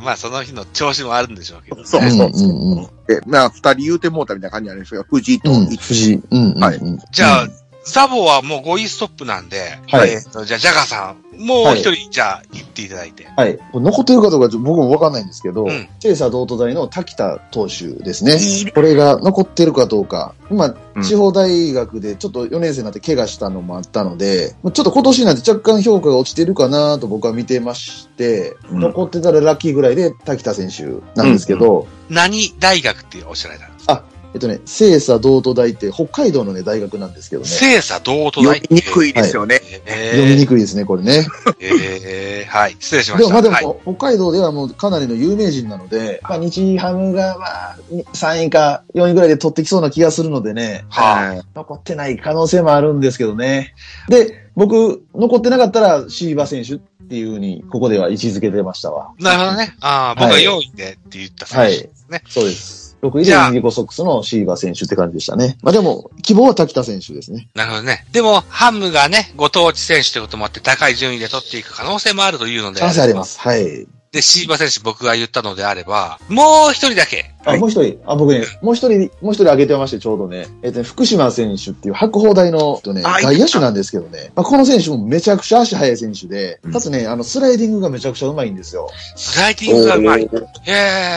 Speaker 2: まあ、その日の調子もあるんでしょうけどね。
Speaker 4: そう
Speaker 3: うんうんうん
Speaker 4: で、まあ、二人言うてもうたみたいな感じなんですけど、藤井と
Speaker 3: うん。
Speaker 4: 一、
Speaker 3: 藤井。うん。うん
Speaker 4: はい
Speaker 3: うん
Speaker 2: じゃあ、ザボはもう5位ストップなんで、
Speaker 3: はい
Speaker 2: えっと、じゃあ、ジャガさん、もう一人、じゃあ、言っていただいて。
Speaker 3: はい。残ってるかどうかちょっと僕もわかんないんですけど、
Speaker 2: うん
Speaker 3: チェイサー道都大の滝田投手ですね。
Speaker 4: いいね
Speaker 3: これが残ってるかどうか。今
Speaker 4: う、ん
Speaker 3: 地方大学でちょっと4年生になって怪我したのもあったので、ちょっと今年になって若干評価が落ちてるかなと僕は見てまして、
Speaker 4: うん
Speaker 3: 残ってたらラッキーぐらいで滝田選手なんですけど、
Speaker 2: 何大学っておっしゃられたんですか
Speaker 3: えっとね、清査道都大って北海道のね、大学なんですけどね。
Speaker 2: 精査道都大
Speaker 4: 読。みにくいですよね。。
Speaker 2: えー。
Speaker 3: 読みにくいですね、これね。
Speaker 2: えー、はい。失礼しま
Speaker 3: で
Speaker 2: し
Speaker 3: も
Speaker 2: た。
Speaker 3: まあでも、
Speaker 2: はい、
Speaker 3: 北海道ではもうかなりの有名人なので、まあ日ハムがまあ3位か4位ぐらいで取ってきそうな気がするのでね、
Speaker 2: はい
Speaker 3: 残ってない可能性もあるんですけどね。で、僕、残ってなかったらシーバ選手っていうふうに、ここでは位置づけてましたわ。
Speaker 2: なるほどね。ああ、僕は4位でって言った選手ですね。
Speaker 3: そうです。6位
Speaker 2: じ
Speaker 3: で
Speaker 2: ゃあ
Speaker 3: インディゴソックスのシーバ選手って感じでしたね。まあでも、希望は滝田選手ですね。
Speaker 2: なるほどね。でも、ハムがね、ご当地選手ってこともあって、高い順位で取っていく可能性もあるというので。
Speaker 3: 可能性ありま。す。はい。
Speaker 2: で、シーバ選手僕が言ったのであれば、もう一人だけ。
Speaker 3: あ、
Speaker 4: はい
Speaker 3: もう一人、あ、僕ね、もう一人、もう一人挙げてまして、ちょうどね、えっとね、福島選手っていう白鵬大の、えっとね、
Speaker 4: あ
Speaker 3: 外野手なんですけどね、まあ、この選手もめちゃくちゃ足速い選手で
Speaker 4: う、ん
Speaker 3: かつね、あの、スライディングがめちゃくちゃうまいんですよ。
Speaker 2: スライディングがうまい。
Speaker 4: おー
Speaker 2: え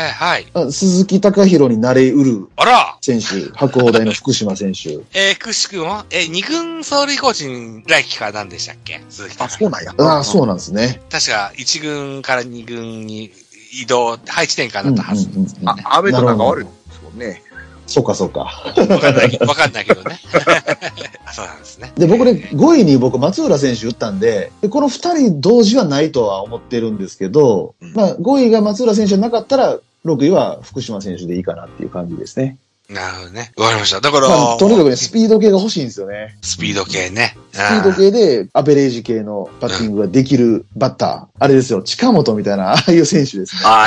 Speaker 2: えはい。
Speaker 3: あ鈴木隆弘になれうる
Speaker 2: あら
Speaker 3: 選手、白鵬大の福島選
Speaker 4: *laughs*
Speaker 3: 手。
Speaker 2: えー、くしくも、えー、二軍走塁コーチに来期から何でしたっけ鈴木
Speaker 4: あ、
Speaker 2: 確
Speaker 4: そうなんや。
Speaker 3: ああ、そうなんですね。
Speaker 2: か、一軍から二軍に移動、配置転換だったはず。
Speaker 3: うんうんうんうん
Speaker 4: あ、雨と仲悪いですもんね。
Speaker 3: そっかそっか。
Speaker 2: わかんないけど、わかんないけどね。 *laughs* そうなんですね。
Speaker 3: で、僕ね、5位に僕、松浦選手打ったんで、でこの2人同時はないとは思ってるんですけど、
Speaker 2: うん
Speaker 3: まあ、5位が松浦選手じゃなかったら、6位は福島選手でいいかなっていう感じですね。
Speaker 2: なるほどね。わかりました。だから、
Speaker 3: まあ、とにかくね、スピード系が欲しいんですよね。
Speaker 2: スピード系ね。スピ
Speaker 3: スピード系でアベレージ系のバッティングができるバッター。あれですよ、近本みたいな、ああいう選手ですね。
Speaker 4: あ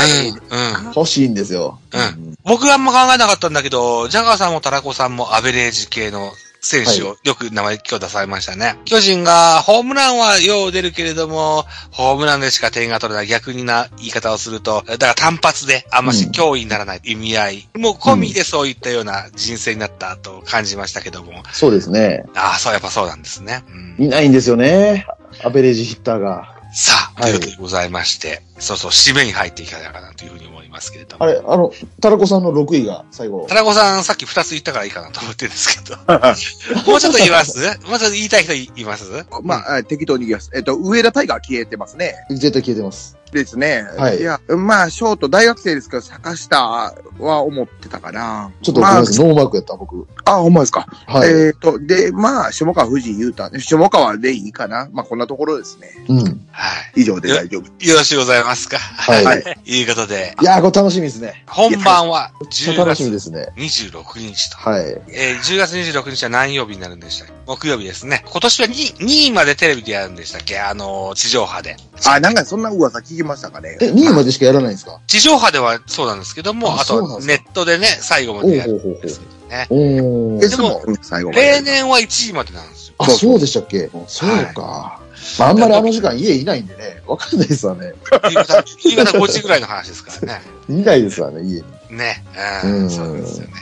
Speaker 2: うん。うん。
Speaker 3: 欲しいんですよ。
Speaker 2: うん。僕はあんま考えなかったんだけど、ジャガーさんもタラコさんもアベレージ系の選手をよく名前今日出されましたね。巨人がホームランはよう出るけれども、ホームランでしか点が取れない逆にな言い方をすると、だから単発であんまし
Speaker 3: うん
Speaker 2: 脅威にならない意味合い、もう込みでそういったような人生になったと感じましたけども。
Speaker 3: そうですね。
Speaker 2: ああ、そう、やっぱそうなんですね。うん
Speaker 3: いないんですよね。アベレージヒッターが。
Speaker 2: さあ、と
Speaker 3: はいいう
Speaker 2: ことでございまして、そうそう、締めに入っていかなきゃなというふうに思いますけれども。
Speaker 3: あれ、あの、タラコさんの6位が最後
Speaker 2: 田。中さん、さっき二つ言ったからいいかなと思ってるんです
Speaker 3: *laughs*
Speaker 2: けど。もうちょっと言いますもうちょっと言いたい人います
Speaker 4: まあ、え適当に言います。えっと、上田タイガー消えてますね。
Speaker 3: 絶対消えてます。
Speaker 4: ですね。
Speaker 3: はい
Speaker 4: や、まあ、ショート、大学生ですけど、坂下は思ってたかな。
Speaker 3: ちょっとごめん
Speaker 4: ま
Speaker 3: なさい、ノーマークやった、僕。
Speaker 4: あ、あ、ほんまですか。
Speaker 3: はい。
Speaker 4: えっと、で、まあ、下川藤井優太、下川でいいかな。まあ、こんなところですね。
Speaker 3: うん。
Speaker 2: は
Speaker 4: 以上で大丈夫。
Speaker 2: い。よろしゅうございますか。
Speaker 3: はい。、
Speaker 4: はいい
Speaker 2: い。うことで、
Speaker 3: やー、これ楽しみですね。
Speaker 2: 本番は
Speaker 3: ちょっ
Speaker 2: 10
Speaker 3: と楽しみ
Speaker 2: 月
Speaker 3: ですね。
Speaker 2: 26日と。
Speaker 3: はい。
Speaker 2: えー10月26日は何曜日になるんでしたっけ木曜日ですね。今年は 2, 2位までテレビでやるんでしたっけあのー地上波で。
Speaker 4: あ、なんかそんな噂聞きましたかね。
Speaker 3: え、2位までしかやらないんですか
Speaker 2: 地上波ではそうなんですけども、
Speaker 3: あ
Speaker 2: あ
Speaker 3: そうなん
Speaker 2: と
Speaker 3: ですか
Speaker 2: ネットでね、最後ま
Speaker 3: おう
Speaker 2: でや
Speaker 3: ほ
Speaker 2: る
Speaker 3: うほうん
Speaker 2: ですけどね。
Speaker 3: ほう。お
Speaker 4: え、
Speaker 3: ー。
Speaker 4: でも、うん最後ま
Speaker 2: 例
Speaker 4: で。
Speaker 2: 年は1位までなんですよ。
Speaker 3: あ、そうでしたっけそうか。まあ、あんまりあの時間家いないんでね、わかんないですわね。
Speaker 2: 夕
Speaker 3: *laughs*
Speaker 2: 方夕方5時ぐらいの話ですからね。
Speaker 3: いないですわね、家に。
Speaker 2: ね。
Speaker 3: う
Speaker 2: うんん。そうですよね。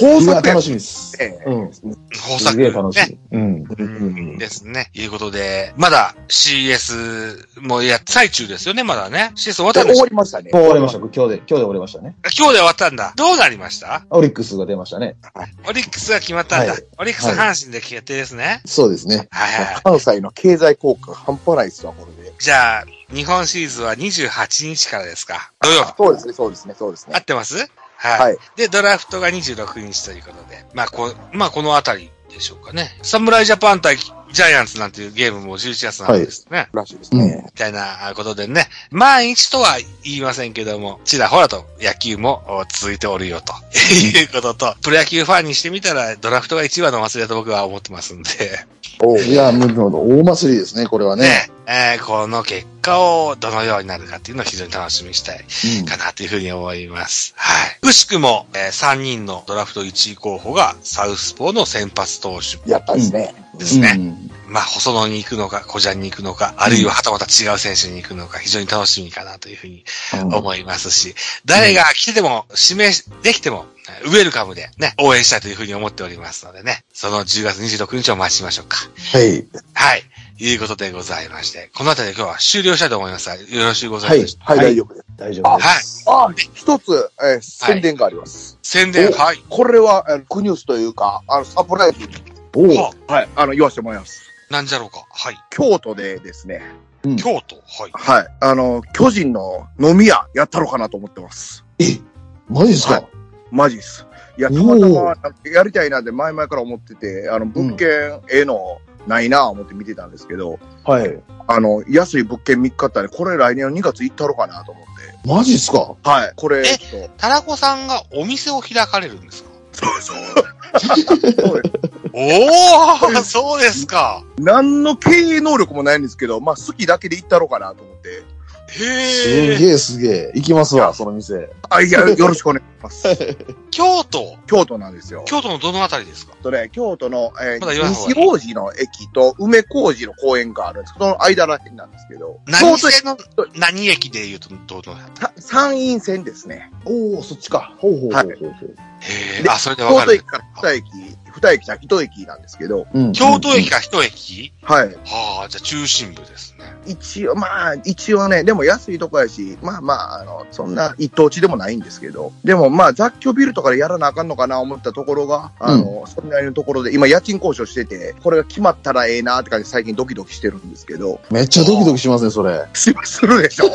Speaker 4: 豊
Speaker 3: うわ、
Speaker 4: 作や
Speaker 3: 楽
Speaker 4: っ
Speaker 3: しみです。
Speaker 4: て、
Speaker 3: うん。
Speaker 2: うん。豊
Speaker 3: す
Speaker 2: 作、
Speaker 3: げえ楽し
Speaker 2: ね。
Speaker 3: み。うん。
Speaker 2: うんですね。いうことで、まだ CS もや、最中ですよね、まだね。CS 終わったんで
Speaker 4: 終
Speaker 2: す
Speaker 4: わ
Speaker 2: か
Speaker 4: りましたね。
Speaker 3: もう終わりました。今日で、今日で終わりましたね。
Speaker 2: 今日で終わったんだ。どうなりました
Speaker 3: オリックスが出ましたね。
Speaker 2: オリックスが決まったんだ
Speaker 3: はい。
Speaker 2: オリックス阪神で決定ですね。
Speaker 3: そうですね。
Speaker 2: はいはいはい。
Speaker 4: 関西の経済効果が半端ないっすわ、これで。
Speaker 2: じゃあ、日本シリーズは28日からですか。土曜日。
Speaker 4: そうですね、そうですね、そうです
Speaker 2: 合
Speaker 4: ね。
Speaker 2: ってますはい。
Speaker 4: はい。
Speaker 2: で、ドラフトが26日ということで、まあこ、まあ、このあたりでしょうかね。侍ジャパン対ジャイアンツなんていうゲームも11月なんですね。
Speaker 4: らしいですね。
Speaker 2: みたいなことでね、毎日とは言いませんけども、ちらほらと野球もお続いておるよと、いうことと、プロ野球ファンにしてみたらドラフトが一番のお祭りだと僕は思ってますんで、
Speaker 4: おう
Speaker 3: いや、もう、大祭りですね、これはね。
Speaker 2: ね、えーこの結果をどのようになるかっていうのを非常に楽しみにしたいかなというふうに思います。はい。くしくも、え3人のドラフト1位候補がサウスポーの先発投手
Speaker 4: やったですね。
Speaker 3: で
Speaker 2: ですね。
Speaker 3: ね。
Speaker 2: まあ、細野に行くのか、小ジャンに行くのか、あるいははたまた違う選手に行くのか、非常に楽しみかなというふうに
Speaker 3: うん
Speaker 2: 思いますし、誰が来てても、指名しできても、えウェルカムでね、応援したいというふうに思っておりますのでね、その10月26日を待ちましょうか。
Speaker 3: はい。
Speaker 2: はい。いうことでございまして、この辺りで今日は終了したいと思いますが。よろしゅうござ
Speaker 3: はいい
Speaker 2: ま。す。
Speaker 4: はい、大丈夫です。
Speaker 3: 大丈夫です。
Speaker 4: あ、一つ、えー宣伝があります。
Speaker 2: 宣伝、
Speaker 4: お
Speaker 2: はい。
Speaker 4: これは、えー、クニュースというか、あの、サプライズに、
Speaker 3: おう
Speaker 2: は
Speaker 4: はい、あの、言わせてもらいます。
Speaker 2: なんじゃろうか。はい。
Speaker 4: 京都でですね、
Speaker 2: 京都、はい。
Speaker 4: はい、あの、巨人の飲み屋やったろかなと思ってます。
Speaker 3: マジですか
Speaker 4: マジっす。いや、
Speaker 3: お
Speaker 4: た
Speaker 3: ー
Speaker 4: またまやりたいなって前々から思ってて、あの、物件、ええのないなぁ思って見てたんですけど、
Speaker 3: はい。
Speaker 4: あの、安い物件見っかったんで、これ来年の2月行ったろかなと思って。
Speaker 3: マジですか
Speaker 4: はい。これ、
Speaker 2: え
Speaker 4: ちょっ
Speaker 2: タラコさんがお店を開かれるんですか
Speaker 4: とそうそう。
Speaker 2: おー、そうですか。
Speaker 4: 何の経営能力もないんですけど、まあ、好きだけで行ったろかなと思って。
Speaker 2: へ
Speaker 3: す
Speaker 2: ー。
Speaker 3: げえすげえ。行きますわ、その店。
Speaker 4: あ、いや、よろしくお願いします。
Speaker 2: 京都、
Speaker 4: 京都なんですよ。
Speaker 2: 京都のどのあたりですか
Speaker 4: えっとね、京都の、えー
Speaker 2: まだ言わん方がい
Speaker 4: 西
Speaker 2: い
Speaker 4: 王子の駅と梅小路の公園があるんですその間らへんなんですけど、
Speaker 2: 何
Speaker 4: 京
Speaker 2: 線の、何駅で言うとどの辺
Speaker 4: 都た山陰線ですね。
Speaker 3: おおそっちか。ほうほうほうほうほう。
Speaker 2: へ
Speaker 4: で
Speaker 2: ー。あ、それでわ
Speaker 4: 京
Speaker 2: か
Speaker 4: 都
Speaker 2: る
Speaker 4: 駅。から二駅、二駅じゃ一駅なんですけど、
Speaker 3: うん
Speaker 2: 京都駅。から一駅
Speaker 4: はい。
Speaker 2: はあ、じゃあ中心部ですね。
Speaker 4: 一応、まあ、一応ね、でも安いとこやし、まあまあ、あの、そんな一等地でもないんですけど、でもまあ、雑居ビルとかでやらなあかんのかな思ったところが、あの、それなりのところで、今家賃交渉してて、これが決まったらええなって感じで最近ドキドキしてるんですけど、
Speaker 3: めっちゃドキドキしますね、そ
Speaker 4: *laughs*
Speaker 3: れ。
Speaker 4: すするでしょ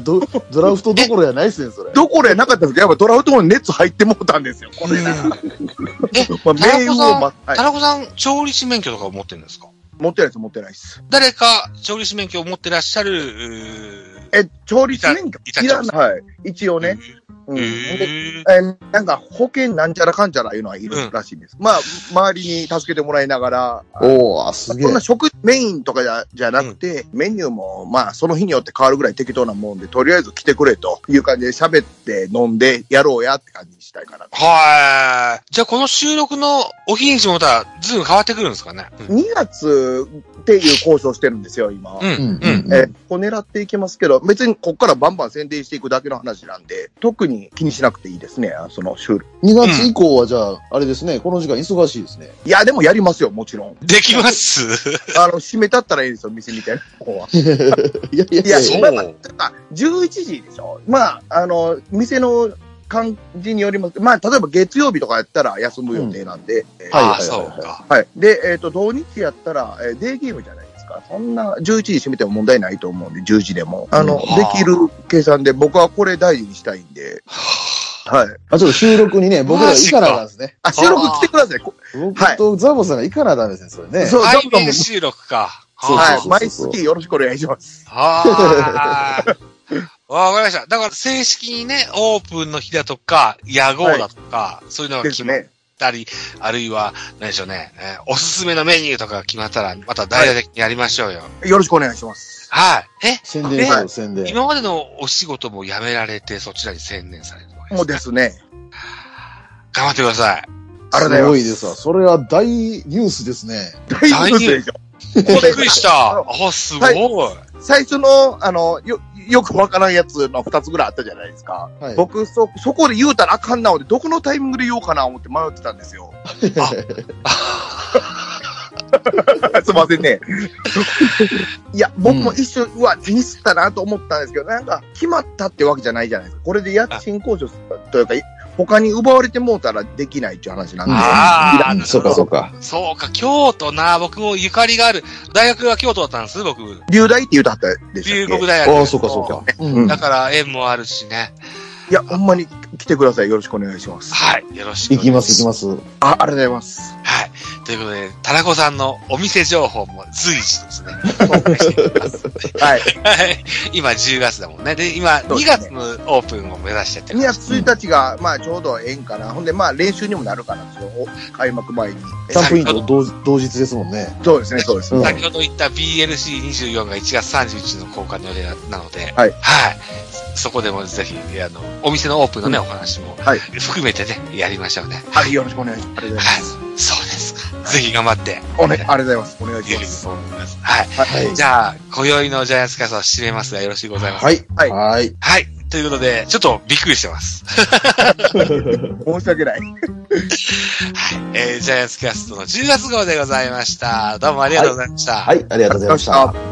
Speaker 3: ドドラフトどころじゃないですね、それ。
Speaker 4: どこでなかったんですけど、やっぱドラフトも熱入ってもうたんですよ、これな。
Speaker 2: え、
Speaker 4: まあ、
Speaker 2: 田中
Speaker 4: 命運
Speaker 2: さ
Speaker 4: を
Speaker 2: ん、
Speaker 4: ま、はい
Speaker 2: 田中さん、調理師免許とか持ってるんですか
Speaker 4: 持ってないです、持ってないです。
Speaker 2: 誰か調理師免許を持ってらっしゃる、うー
Speaker 4: え、調理師免許
Speaker 2: いた
Speaker 4: いらない。はい。一応ね。。
Speaker 2: う
Speaker 4: う。
Speaker 2: んんへ
Speaker 4: で
Speaker 2: ー
Speaker 4: えーなんか保険なんちゃらかんちゃらいうのはいるらしいんです。まあ、周りに助けてもらいながら、
Speaker 3: おー、あすげえ
Speaker 4: そん。な食メインとかじゃじゃなくて、メニューもまあその日によって変わるぐらい適当なもんで、とりあえず来てくれという感じで喋って飲んでやろうやって感じにしたいかな。
Speaker 2: はい。じゃあ、この収録のお日にちもまた、ずいぶん変わってくるんですかね。うん
Speaker 4: 2月っていう交渉してるんですよ、
Speaker 2: う。
Speaker 4: 今。
Speaker 3: うんん、
Speaker 2: う。
Speaker 3: うんん、
Speaker 4: えー、ここ狙っていきますけど、別にここからバンバン宣伝していくだけの話なんで、特に気にしなくていいですね、あその収録。
Speaker 3: 2月以降はじゃあ、あれですね、この時間忙しいですね。
Speaker 4: いや、でもやりますよ、もちろん。
Speaker 2: できます。
Speaker 4: あの、閉めたったらいいですよ、店みたいな方は。
Speaker 3: いやいやい
Speaker 4: いや、
Speaker 3: や、
Speaker 4: そ
Speaker 2: そう
Speaker 4: う。まあまあ、ただ11時でしょ。まあ、あの、店の感じによりますまあ、例えば月曜日とかやったら休む予定なんで。え
Speaker 3: はい
Speaker 4: ー
Speaker 2: ああ、
Speaker 3: はい
Speaker 2: そ
Speaker 3: は
Speaker 2: う
Speaker 3: いはい
Speaker 4: *laughs*
Speaker 2: か。
Speaker 4: はい。で、えっ、と、土日やったら、えーデイゲームじゃないですか。そんな、11時閉めても問題ないと思うんで、10時でも。あの、
Speaker 3: うん
Speaker 4: で
Speaker 2: はあ
Speaker 4: きる計算で、僕はこれ大事にしたいんで。はい。
Speaker 3: あ、ちょっと収録にね、僕ら
Speaker 2: マジか
Speaker 3: 行かなあかんですね。
Speaker 4: あ、収録来てください。こ
Speaker 3: 僕とザボさんが行かなあかんですね、それね。
Speaker 4: そう、
Speaker 2: 対
Speaker 4: ザボさん
Speaker 2: 面
Speaker 4: も
Speaker 2: 収録か。
Speaker 3: そう
Speaker 2: はい
Speaker 4: はい。毎月よろしくお願いします。
Speaker 2: はーい。わかりました。だから正式にね、オープンの日だとか、野号だとか、そういうのが
Speaker 4: で
Speaker 2: 決
Speaker 4: す
Speaker 2: まっ
Speaker 4: ね。
Speaker 2: たり、あるいは、何でしょうね、えーおすすめのメニューとかが決まったら、また大々的にやりましょうよ。
Speaker 4: よろしくお願いします。
Speaker 2: はい。え、
Speaker 3: 宣伝しよう、宣伝。
Speaker 2: 今までのお仕事も辞められて、そちらに専念されるわけ
Speaker 4: もう
Speaker 2: で
Speaker 4: です
Speaker 2: ね。
Speaker 4: すね。
Speaker 2: 頑張ってください。
Speaker 4: ありがとう
Speaker 3: ご
Speaker 4: ござ
Speaker 3: い
Speaker 4: い
Speaker 3: で
Speaker 4: ます
Speaker 3: わ。それは大ニュースですね。
Speaker 4: す。大ニュースでしょ。
Speaker 2: びっくりした。
Speaker 4: あ
Speaker 2: あ、すごい。 *laughs*
Speaker 4: 最初の、あの、よ、よくわからんやつの二つぐらいあったじゃないですか。
Speaker 3: はい。
Speaker 4: 僕、そ、そこで言うたらあかんな、で、どこのタイミングで言おうかな、思って迷ってたんですよ。 *laughs* すいませんね。 *laughs* いや、僕も一瞬、うわ、ミスったなと思ったんですけど、なんか、決まったってわけじゃないじゃないですか。これで家賃交渉するというか、他に奪われてもうたらできないっていう話なんで。
Speaker 2: あ
Speaker 3: う
Speaker 2: ー
Speaker 3: んそうかそうか。
Speaker 2: そうか、京都な。僕もゆかりがある。大学が京都だったんです、僕。
Speaker 4: 流大って言うたったでし
Speaker 2: 龍
Speaker 4: たっ
Speaker 2: 谷
Speaker 4: け
Speaker 2: 大
Speaker 3: あ
Speaker 2: 学。
Speaker 3: あ、そうかそうか。
Speaker 4: う
Speaker 3: うんん。
Speaker 2: だから縁もあるしね。
Speaker 4: いや、ほんまに来てください。よろしくお願いします。
Speaker 2: はい。よろしくお
Speaker 3: 行
Speaker 2: 願い
Speaker 3: き
Speaker 2: しま。
Speaker 3: ますす、行きます。
Speaker 4: あ、ありがとうございます。
Speaker 2: はい。ということで、田中さんのお店情報も随時ですね。お願いしていきます
Speaker 4: はい。
Speaker 2: はい *laughs* 今10月だもんね。で、今
Speaker 4: そ
Speaker 2: 2
Speaker 4: うですね
Speaker 2: 月のオープンを目指してって
Speaker 4: 2
Speaker 2: 感じ。
Speaker 4: 月1日が、まあ、ちょうどええんかな。ほんで、まあ、練習にもなるかな。その開幕前に。
Speaker 3: キャンプインと同同日ですもんね。
Speaker 4: そうですね、そうですね。
Speaker 3: うん
Speaker 2: 先ほど言った BLC24 が1月31の公開の予定なので、
Speaker 4: はい
Speaker 2: そこでもぜひ、あの、お店のオープンのね、お話も
Speaker 4: はい
Speaker 2: 含めてね、やりましょうね。
Speaker 4: はい、よろしくお願いします。ありがとうございま
Speaker 2: はい
Speaker 4: す。。
Speaker 2: そうですか。ぜひ頑張って。
Speaker 4: おね、ありがとうございます。お願いし
Speaker 2: い
Speaker 4: ま
Speaker 2: い
Speaker 4: す。
Speaker 2: と思います。はい。
Speaker 3: はい。
Speaker 2: じゃあ、今宵のジャイアンツキャストを締めますが、よろしいございます。
Speaker 3: はい。
Speaker 4: はい
Speaker 3: はい。
Speaker 2: はい。ということで、ちょっとびっくりしてます。
Speaker 4: 申し訳な
Speaker 2: は
Speaker 4: い。
Speaker 2: い。えー、ジャイアンツキャストの10月号でございました。どうもありがとうございました。
Speaker 3: はい、ありがとうございました。
Speaker 4: ありがとうございま